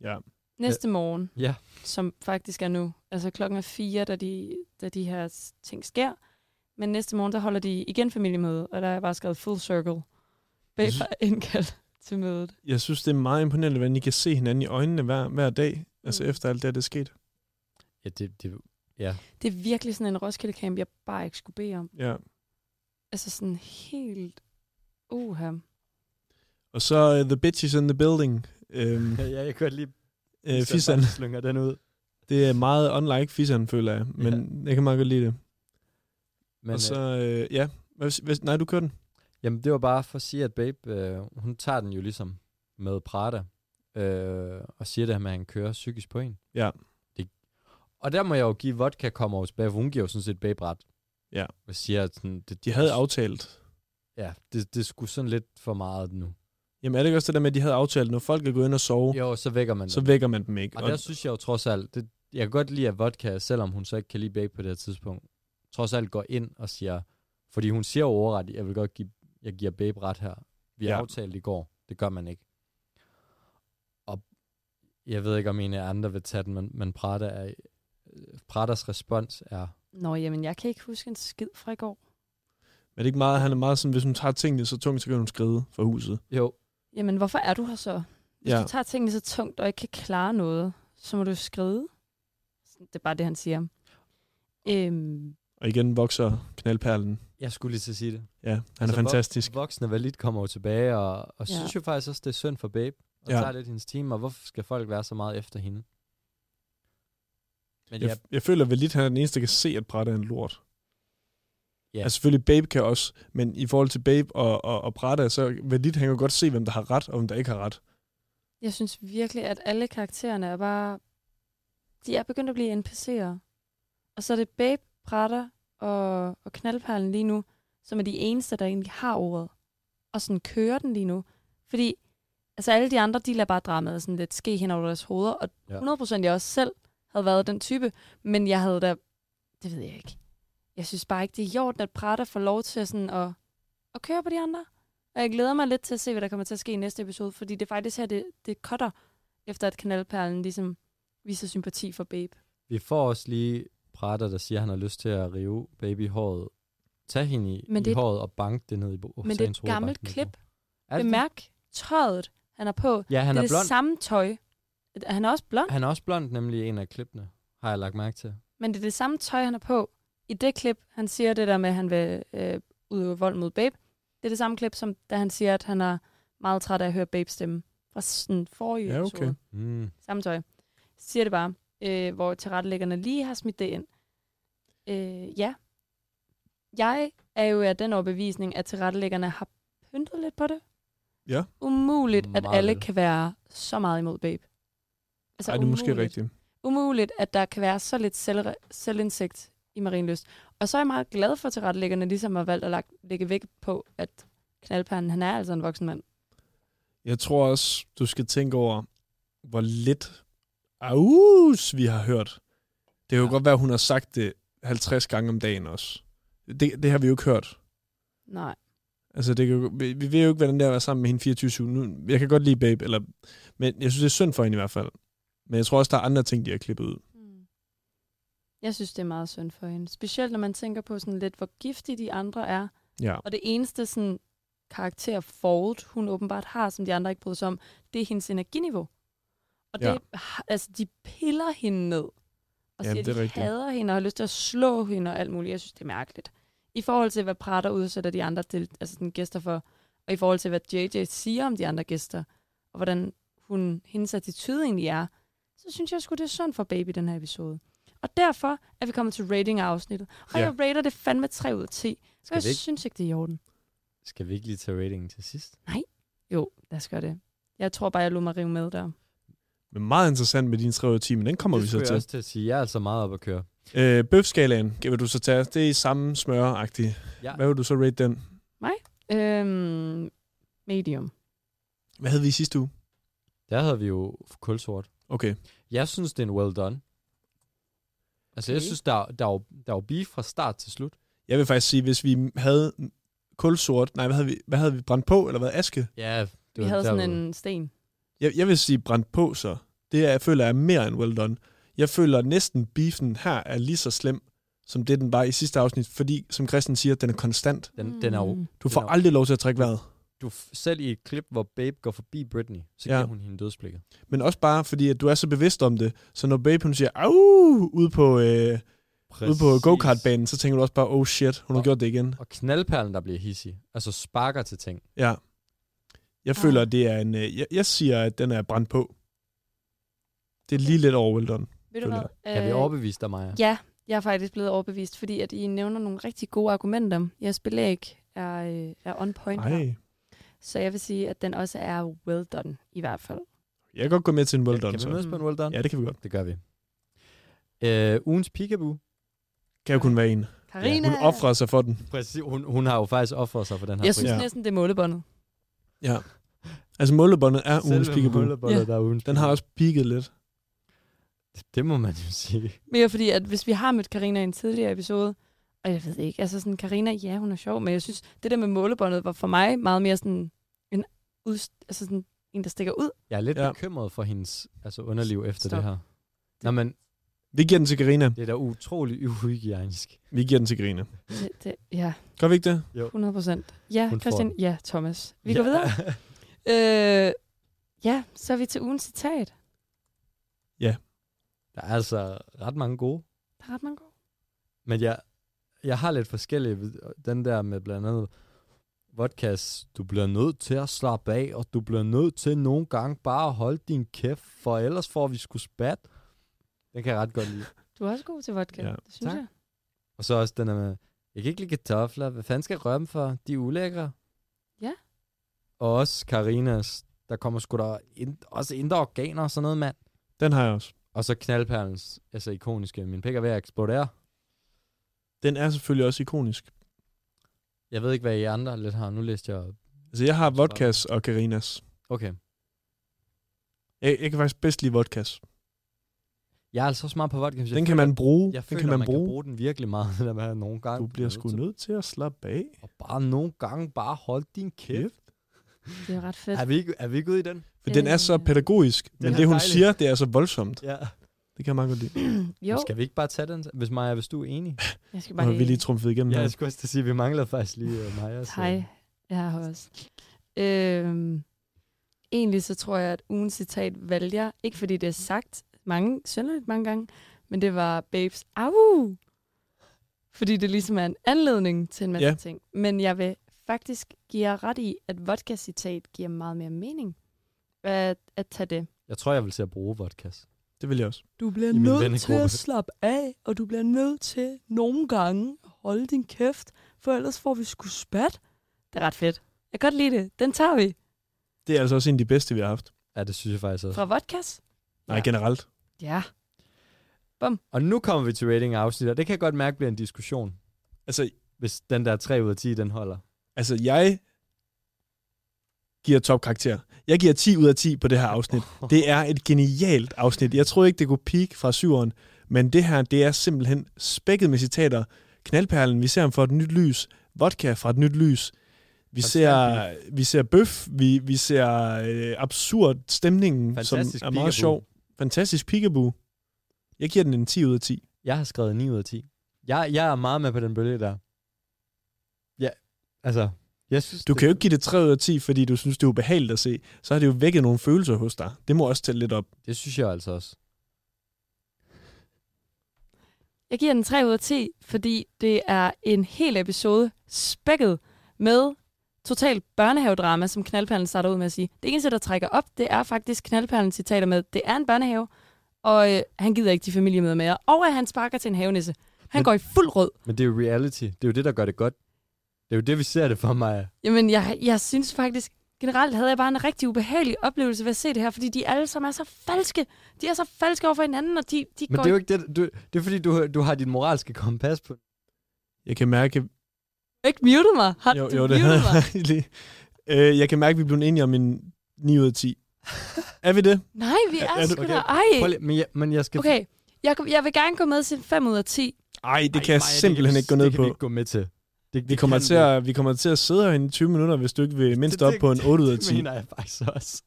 ja. næste morgen. Ja. som faktisk er nu. Altså klokken er fire, da de, da de her s- ting sker. Men næste morgen, der holder de igen familiemøde, og der er jeg bare skrevet full circle. Babe Jeg sy- har indkaldt til mødet. Jeg synes, det er meget imponerende, hvordan I kan se hinanden i øjnene hver, hver dag, altså Mm. efter alt det, her, der er sket. Ja, det, det, Det er virkelig sådan en Roskilde-camp, jeg bare ikke skulle bede om. Ja. Altså sådan helt... Uha. Og så uh, The Bitches in the Building. Øhm, ja, jeg kan godt lige øh, hvis jeg Fisan. bare slynger den ud. Det er meget unlike Fisan, føler jeg. Men jeg kan meget godt lide det. Men, og så, øh, ja. Hvad, hvad, nej, du kører den. Jamen, det var bare for at sige, at Babe, øh, hun tager den jo ligesom med Prada, øh, og siger det her med, at han kører psykisk på en. Ja. Det, og der må jeg jo give vodka kommer over tilbage, for hun giver jo sådan set Babe ret. Ja. Og siger, at sådan, det, De havde aftalt. Ja, det, det skulle sådan lidt for meget nu. Jamen er det ikke også det der med, at de havde aftalt, når folk er gået ind og sove, Jo, så vækker man så dem. vækker man dem ikke. Og der synes jeg jo trods alt, det, jeg kan godt lide, at vodka, selvom hun så ikke kan lide Babe på det her tidspunkt, trods alt går ind og siger, fordi hun siger jo overret, jeg vil godt give, jeg giver Babe ret her. Vi ja. Ja. aftalte i går, det gør man ikke. Og jeg ved ikke, om en af jer andre vil tage den, men, men Prada er, Pradas respons er, Nå, jamen, jeg kan ikke huske en skid fra i går. er det ikke meget, han er meget sådan, hvis hun tager tingene så tungt, så kan hun skride fra huset. jo, Jamen, hvorfor er du her så? Hvis Ja. ja. du tager tingene så tungt og ikke kan klare noget, så må du skride. Det er bare det, han siger. Øhm, Og igen vokser knaldperlen. jeg skulle lige til at sige det. Ja, han altså, er fantastisk. Vok- voksne valid kommer jo tilbage, og, og ja. Ja. synes jo faktisk også, det er synd for Babe, og ja. Ja. tager lidt hendes time, og hvorfor skal folk være så meget efter hende? Men Jeg, jeg føler vel lidt, han er den eneste, der kan se, at Prada er en lort. Ja. Ja. Altså selvfølgelig, Babe kan også, men i forhold til Babe og, og, og Prada, så Valit, han kan godt se, hvem der har ret, og hvem der ikke har ret. Jeg synes virkelig, at alle karaktererne er bare... De er begyndt at blive NPC'er. Og så er det Babe, Prater og, og Knaldperlen lige nu, som er de eneste, der egentlig har ordet. Og sådan kører den lige nu. Fordi altså alle de andre, de lader bare dramaet sådan lidt ske hen over deres hoveder. Og Ja. 100% jeg også selv havde været den type. Men jeg havde da... Det ved jeg ikke. Jeg synes bare ikke, det er i orden, at Prater får lov til sådan at, at køre på de andre. Og jeg glæder mig lidt til at se, hvad der kommer til at ske i næste episode, fordi det er faktisk her, det, det cutter. efter at kanalperlen ligesom viser sympati for Babe. Vi får også lige Prater, der siger, at han har lyst til at rive baby i håret, tage hende i, Men Men det i er et- håret og banke det ned i bordet. Men det er et gammelt klip. Bemærk tøjet, han er på. Ja, han det er, er, det blond. samme tøj. Han er også blond, Han er også blond, nemlig i en af klippene, har jeg lagt mærke til. men det er det samme tøj, han er på. I det klip, han siger det der med, at han vil øh, udøve vold mod Babe. Det er det samme klip, som da han siger, at han er meget træt af at høre Babe stemme. Fra sådan forrige Ja, episode. okay. Mm. Samme tøj. Siger det bare. Øh, hvor tilrettelæggerne lige har smidt det ind. Øh, ja. Jeg er jo af den overbevisning, at tilrettelæggerne har pyntet lidt på det. Ja. Umuligt, Mm, at Meget alle lidt. kan være så meget imod babe. Altså, Ej, det er måske umuligt. rigtigt. Umuligt, at der kan være så lidt selvre- selvindsigt i Marienlyst. Og så er jeg meget glad for, at tilrettelæggerne ligesom har valgt at lagt, lægge væk på, at knaldperlen, han er altså en voksen mand. Jeg tror også, du skal tænke over, hvor lidt aus vi har hørt. Det kan jo ja. godt være, hun har sagt det 50 gange om dagen også. Det, det har vi jo ikke hørt. Nej. Altså, det kan jo, vi, vi ved jo ikke, hvordan det er at være sammen med hende 24-7. Nu, jeg kan godt lide Babe, eller, men jeg synes, det er synd for hende i hvert fald. Men jeg tror også, der er andre ting, de har klippet ud. Mm. Jeg synes, det er meget synd for hende. Specielt når man tænker på sådan lidt, hvor giftige de andre er. Ja. Og det eneste sådan, karakter Ford, hun åbenbart har, som de andre ikke bryder sig om, det er hendes energiniveau. Og det, Ja. ja. altså, de piller hende ned. Og Ja, siger, at det er de rigtigt. hader hende og har lyst til at slå hende og alt muligt. Jeg synes, det er mærkeligt. I forhold til, hvad Prater udsætter de andre til, altså den gæster for, og i forhold til, hvad JJ siger om de andre gæster, og hvordan hun, hendes attitude egentlig er, så synes jeg sgu, det er synd for Baby den her episode. Og derfor er vi kommet til rating-afsnittet. Og Ja. ja. jeg rater det fandme 3 ud af 10. Så Skal jeg vi ikke- synes ikke, det er i orden. Skal vi ikke lige tage ratingen til sidst? Jo, lad os gøre det. Jeg tror bare, jeg lod mig rive med der. Men meget interessant med dine 3 ud af 10, men den kommer det vi så skulle til. jeg også til at sige. Jeg er altså meget op at køre. Øh, bøfskalaen vil du så tage. Det er i samme smøragtigt. Ja. Hvad vil du så rate den? Øhm, medium. Hvad havde vi i sidste uge? Der havde vi jo kulsort. Okay. Jeg synes, det er en well done. Altså, okay. jeg Okay. synes, der, der, er jo, der er jo beef fra start til slut. Jeg vil faktisk sige, hvis vi havde kulsort... Nej, hvad havde vi, hvad havde vi brændt på, eller hvad aske? Ja, det Vi havde sådan en sten. Jeg, jeg vil sige brændt på så. Det, er- jeg føler, er mere end well done. Jeg føler næsten, beefen her er lige så slem, som det, den var i sidste afsnit, fordi, som Christian siger, den er konstant. Den, den er jo, Mm. Du får Den er- aldrig lov til at trække vejret. du, f- selv i et klip, hvor Babe går forbi Britney, så Ja. giver hun hende dødsblikket. Men også bare, fordi at du er så bevidst om det. Så når Babe, hun siger, au, ude på, øh, ude på go-kart-banen, så tænker du også bare, oh shit, hun har Og- gjort det igen. Og knaldperlen, der bliver hissig. Altså sparker til ting. Ja. Jeg Ah. føler, at det er en... øh, Jeg, jeg siger, at den er brændt på. Det er lige lidt over well done. Ved du føler hvad? jeg. Øh, kan vi overbevise dig, Maja? Ja, jeg er faktisk blevet overbevist, fordi at I nævner nogle rigtig gode argumenter. Jeres belæg er, øh, er on point her. Ej, Så jeg vil sige, at den også er well done, i hvert fald. jeg kan godt gå med til en well done, kan vi så. mødes på en well done? Ja, det kan vi godt. Det gør vi. Øh, ugens peekaboo. Kan jo kun være en. Karina, Hun offrer sig for den. Præcis. Hun, hun har jo faktisk offret sig for den her jeg synes Ja. næsten, det er målebåndet. Altså, målebåndet er ugens peekaboo. Ja. Der er ugens Den har også peaked lidt. Det må man jo sige. Mere fordi, at hvis vi har mødt Karina i en tidligere episode, og jeg ved ikke, altså sådan, Karina, ja, hun er sjov, men jeg synes, det der med målebåndet var for mig meget mere sådan en, ud, altså sådan en der stikker ud. Jeg er lidt Ja. ja. bekymret for hendes altså underliv efter Stop. det her. Nå, men Vi giver den til Karina. det er da utrolig uhygiejnisk. Vi giver den til Karina. Det, det, ja, Gør vi ikke det? 100 procent. Ja, Mm. Hun får Christian, den. ja, Thomas. Vi går videre. Øh, ja, så er vi til ugens citat. Der er altså ret mange gode, Der er ret mange gode. men jeg, jeg har lidt forskellige. Den der med blandt andet vodkas, du bliver nødt til at slappe af, og du bliver nødt til nogle gange bare at holde din kæft, for ellers får vi sgu spat. Den kan jeg ret godt lide. Du er også god til vodka, Ja. ja. det synes Tak. tak. jeg. Og så også den der med, jeg kan ikke lide kartofler. Hvad fanden skal jeg røre dem for? De er ulækre. Ja. Og også Karinas, der kommer sgu der ind, også indre organer og sådan noget, mand. Den har jeg også. Og så knaldperlens, altså ikoniske, min pik er ved at eksplodere. Den er selvfølgelig også ikonisk. Jeg ved ikke, hvad I andre lidt har. Nu læste jeg... Altså, jeg har vodkas og Karinas. Okay. Jeg, jeg kan faktisk bedst lide vodkas. Jeg er altså også meget på vodka. så Den kan jeg føler- man bruge. Den jeg føler, kan man bruge. bruge den virkelig meget, det der med at nogle gange. Du bliver sgu nødt til at slappe af. Og bare nogle gange bare holde din kæft. Kæft. Det er ret fedt. Er, vi ikke, er vi ikke ude i den? For den er så Øh. pædagogisk, men er det, hun dejlig. siger, det er så voldsomt. Ja. Det kan jeg meget godt lide. Jo, Skal vi ikke bare tage den? Hvis Maja, hvis du er enig. jeg skal Nu bare har vi lige... lige trumfet igennem Ja, her. jeg skulle også til at sige, at vi manglede faktisk lige uh, Maja. så- Hej, jeg har også. Øhm, egentlig så tror jeg, at ugens citat valgte jeg, ikke fordi det er sagt mange, sønderligt mange gange, men det var Babes au! Fordi det ligesom er en anledning til en masse Ja. ja. ting. Men jeg vil faktisk give jer ret i, at vodka-citat giver meget mere mening at, at tage det. Jeg tror, jeg vil til at bruge vodkas. Det vil jeg også. Du bliver I min nødt til vennegruppe. at slappe af, og du bliver nødt til nogle gange at holde din kæft, for ellers får vi sgu spat. Det er ret fedt. Jeg kan godt lide det. Den tager vi. Det er altså også en af de bedste, vi har haft. Ja, det synes jeg faktisk også. Fra vodkas? Nej, Ja. generelt. Ja. Og nu kommer vi til rating afsnit, og det kan jeg godt mærke bliver en diskussion, Altså, hvis den der 3 ud af 10, den holder. altså jeg giver topkarakter. Jeg giver 10 ud af 10 på det her afsnit. Det er et genialt afsnit. Jeg troede ikke, det kunne peak fra syveren, men det her, det er simpelthen spækket med citater. Knaldperlen, vi ser ham for et nyt lys. Vodka fra et nyt lys. Vi Konstant ser, vi ser bøf, vi, vi ser øh, absurd stemningen, Fantastisk som er peekaboo. meget sjov. Fantastisk peekaboo. Jeg giver den en 10 ud af 10. Jeg har skrevet 9 ud af 10. Jeg, jeg er meget med på den bølge der. Ja, altså, jeg synes... Du det- kan jo ikke give det 3 ud af 10, fordi du synes, det er ubehageligt at se. Så har det jo vækket nogle følelser hos dig. Det må også tælle lidt op. Det synes jeg altså også. Jeg giver den 3 ud af 10, fordi det er en hel episode spækket med totalt børnehavedrama, som knaldperlen starter ud med at sige. Det eneste, der trækker op, det er faktisk knaldperlens citater med, det er en børnehave, og øh, han gider ikke de familiemøder mere, og at han sparker til en havenisse. Han Men- Men... går i fuld rød. Men det er jo reality. Det er jo det, der gør det godt. Det er jo det, vi ser det for, Maja. Jamen, jeg, jeg synes faktisk, generelt havde jeg bare en rigtig ubehagelig oplevelse ved at se det her, fordi de alle sammen er så falske. De er så falske over for hinanden, og de, de Men går det er jo ikke det, du, det er fordi, du, du har dit moralske kompas på. Jeg kan mærke... ikke muted mig. Har Jo, du jo, det muted mig? havde jeg lige. Øh, jeg kan mærke, at vi er blevet enige om en 9 ud af 10. Er vi det? Nej, vi er, Er- er er sgu du- okay. okay. da... Prøv Ej. lige, men, jeg, men jeg skal... Okay, jeg, jeg vil gerne gå med til 5 ud af 10. Ej, det Ej, kan jeg Maja, simpelthen vi- ikke gå ned Det kan på. vi ikke gå med til. Det, Vi kommer, til at, vi kommer til at sidde herinde i 20 minutter, hvis du ikke vil mindst op på en 8 ud af 10. Det mener jeg faktisk også.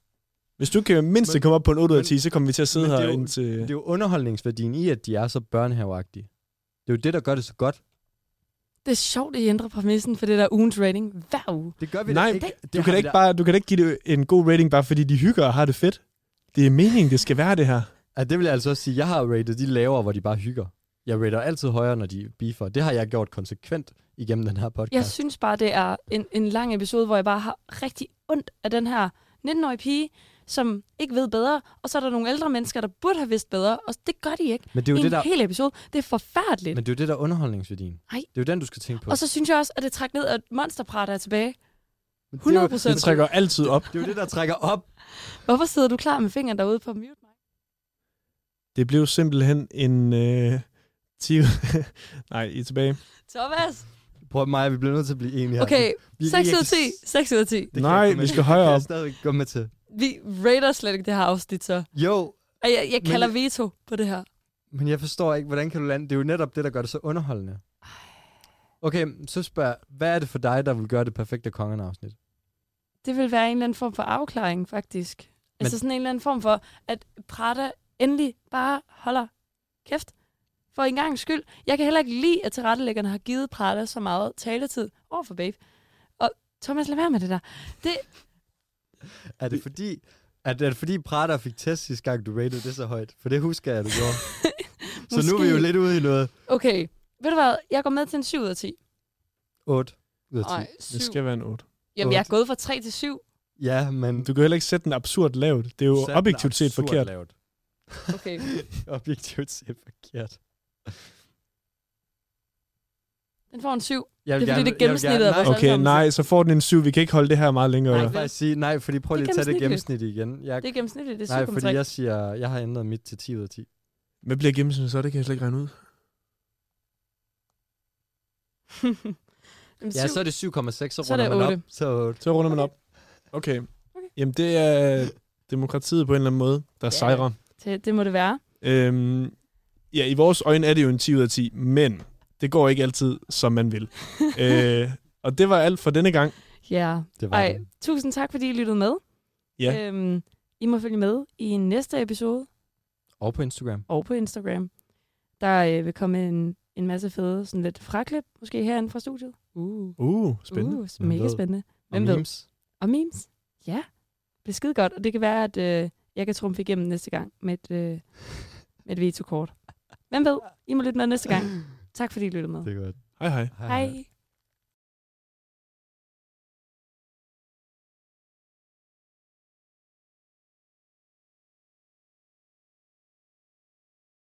Hvis du kan mindst Men- komme op på en 8 ud af men- 10, så kommer vi til at sidde men det er her jo- indtil... Det er jo underholdningsværdien i, at de er så børnehaveagtige. Det er jo det, der gør det så godt. Det er sjovt, at I ændrer præmissen for det der ugens rating hver uge. Det gør vi Nej, da ikke. Det Du har kan, da vi ikke bare, du kan da ikke give det en god rating, bare fordi de hygger og har det fedt. Det er meningen, det skal være det her. Ja, det vil jeg altså også sige. Jeg har rated de lavere, hvor de bare hygger. Jeg rater altid højere, når de beefer. Det har jeg gjort konsekvent igennem den her podcast. Jeg synes bare, det er en, en lang episode, hvor jeg bare har rigtig ondt af den her 19-årige pige, som ikke ved bedre, og så er der nogle ældre mennesker, der burde have vidst bedre, og det gør de ikke. men det er jo en det, der, hel episode. Det er forfærdeligt. men det er jo det, der er underholdningsværdien. Ej. Det er jo den, du skal tænke på. Og så synes jeg også, at det trækker ned, at monsterprat er tilbage. Men det er jo- 100 Det procent. trækker altid op. Det er jo det, der trækker op. Hvorfor sidder du klar med fingeren derude på mute? Mike? Det blev simpelthen en... Øh, 10... Nej, I er tilbage. Thomas! Prøv at Maja, vi bliver nødt til at blive enige her. Okay, Vi- 6 ud af jeg- 10. 6 ud af 10. Det kan Nej, jeg ikke gå med vi til. skal højere Det kan op. jeg stadigvæk gå med til. Vi rater slet ikke det her afsnit, så. Jo, Ej, Jeg, jeg Men- kalder veto på det her. Men jeg forstår ikke, hvordan kan du lande? Det er jo netop det, der gør det så underholdende. Okay, så spørg, jeg, hvad er det for dig, der vil gøre det perfekte kongen-afsnit? Det vil være en eller anden form for afklaring, faktisk. Men... Altså sådan en eller anden form for, at Prada endelig bare holder kæft. For en gang skyld. Jeg kan heller ikke lide, at tilrettelæggerne har givet Prada så meget taletid over for Babe. Og Thomas, lad være med det der. Er det fordi, er det, er det fordi Prater fik test sidste gang, du rated det så højt? For det husker jeg, du gjorde. så nu er vi jo Måske. lidt ude i noget. Okay, ved du hvad? Jeg går med til en 7 ud af 10. 8 ud af 10. Nej, Det 7. skal være en 8. Jamen, jeg er gået fra 3 til 7. Ja, men... Du kan heller ikke sætte den absurd lavt. Det er jo satte den objektivt set absurd forkert. Lavt. Okay. objektivt set forkert. Den får en 7. Jeg Det er fordi, det er gennemsnittet Jeg af vil gerne, vores nej, Okay, nej, så får den en 7. Vi kan ikke holde det her meget længere. jeg Nej. vil faktisk sige, nej, fordi prøv Det er lige at tage det gennemsnitligt. gennemsnit igen. Jeg, Det er gennemsnitligt, det er 7,3. nej, fordi jeg siger, jeg har ændret mit til 10 ud af 10. Hvad bliver gennemsnittet så? Det kan jeg slet ikke regne ud. Jamen, Ja, syv. så er det 7,6, så Så er runder det man op. otte. Så er det 8. Så runder man op. Okay. Okay. Jamen, det er demokratiet på en eller anden måde, der Ja. sejrer. det, det må det være. Øhm, ja, i vores øjne er det jo en 10 ud af 10, men det går ikke altid, som man vil. øh, og det var alt for denne gang. Ja. Det var Ej, det. tusind tak, fordi I lyttede med. Ja. Øhm, I må følge med i næste episode Og på Instagram. og på Instagram. Der øh, vil komme en, en masse fede sådan lidt fraklip, måske herinde fra studiet. Uh, Uh, spændende. Uh, Hvem mega ved? spændende. Og Hvem ved? memes. Og memes. Ja, det bliver skide godt. Og det kan være, at øh, jeg kan trumfe igennem næste gang med et, øh, med et veto-kort. Hvem ved? I må lytte med næste gang. Tak fordi I lyttede med. Det er godt. Hej hej. Hej.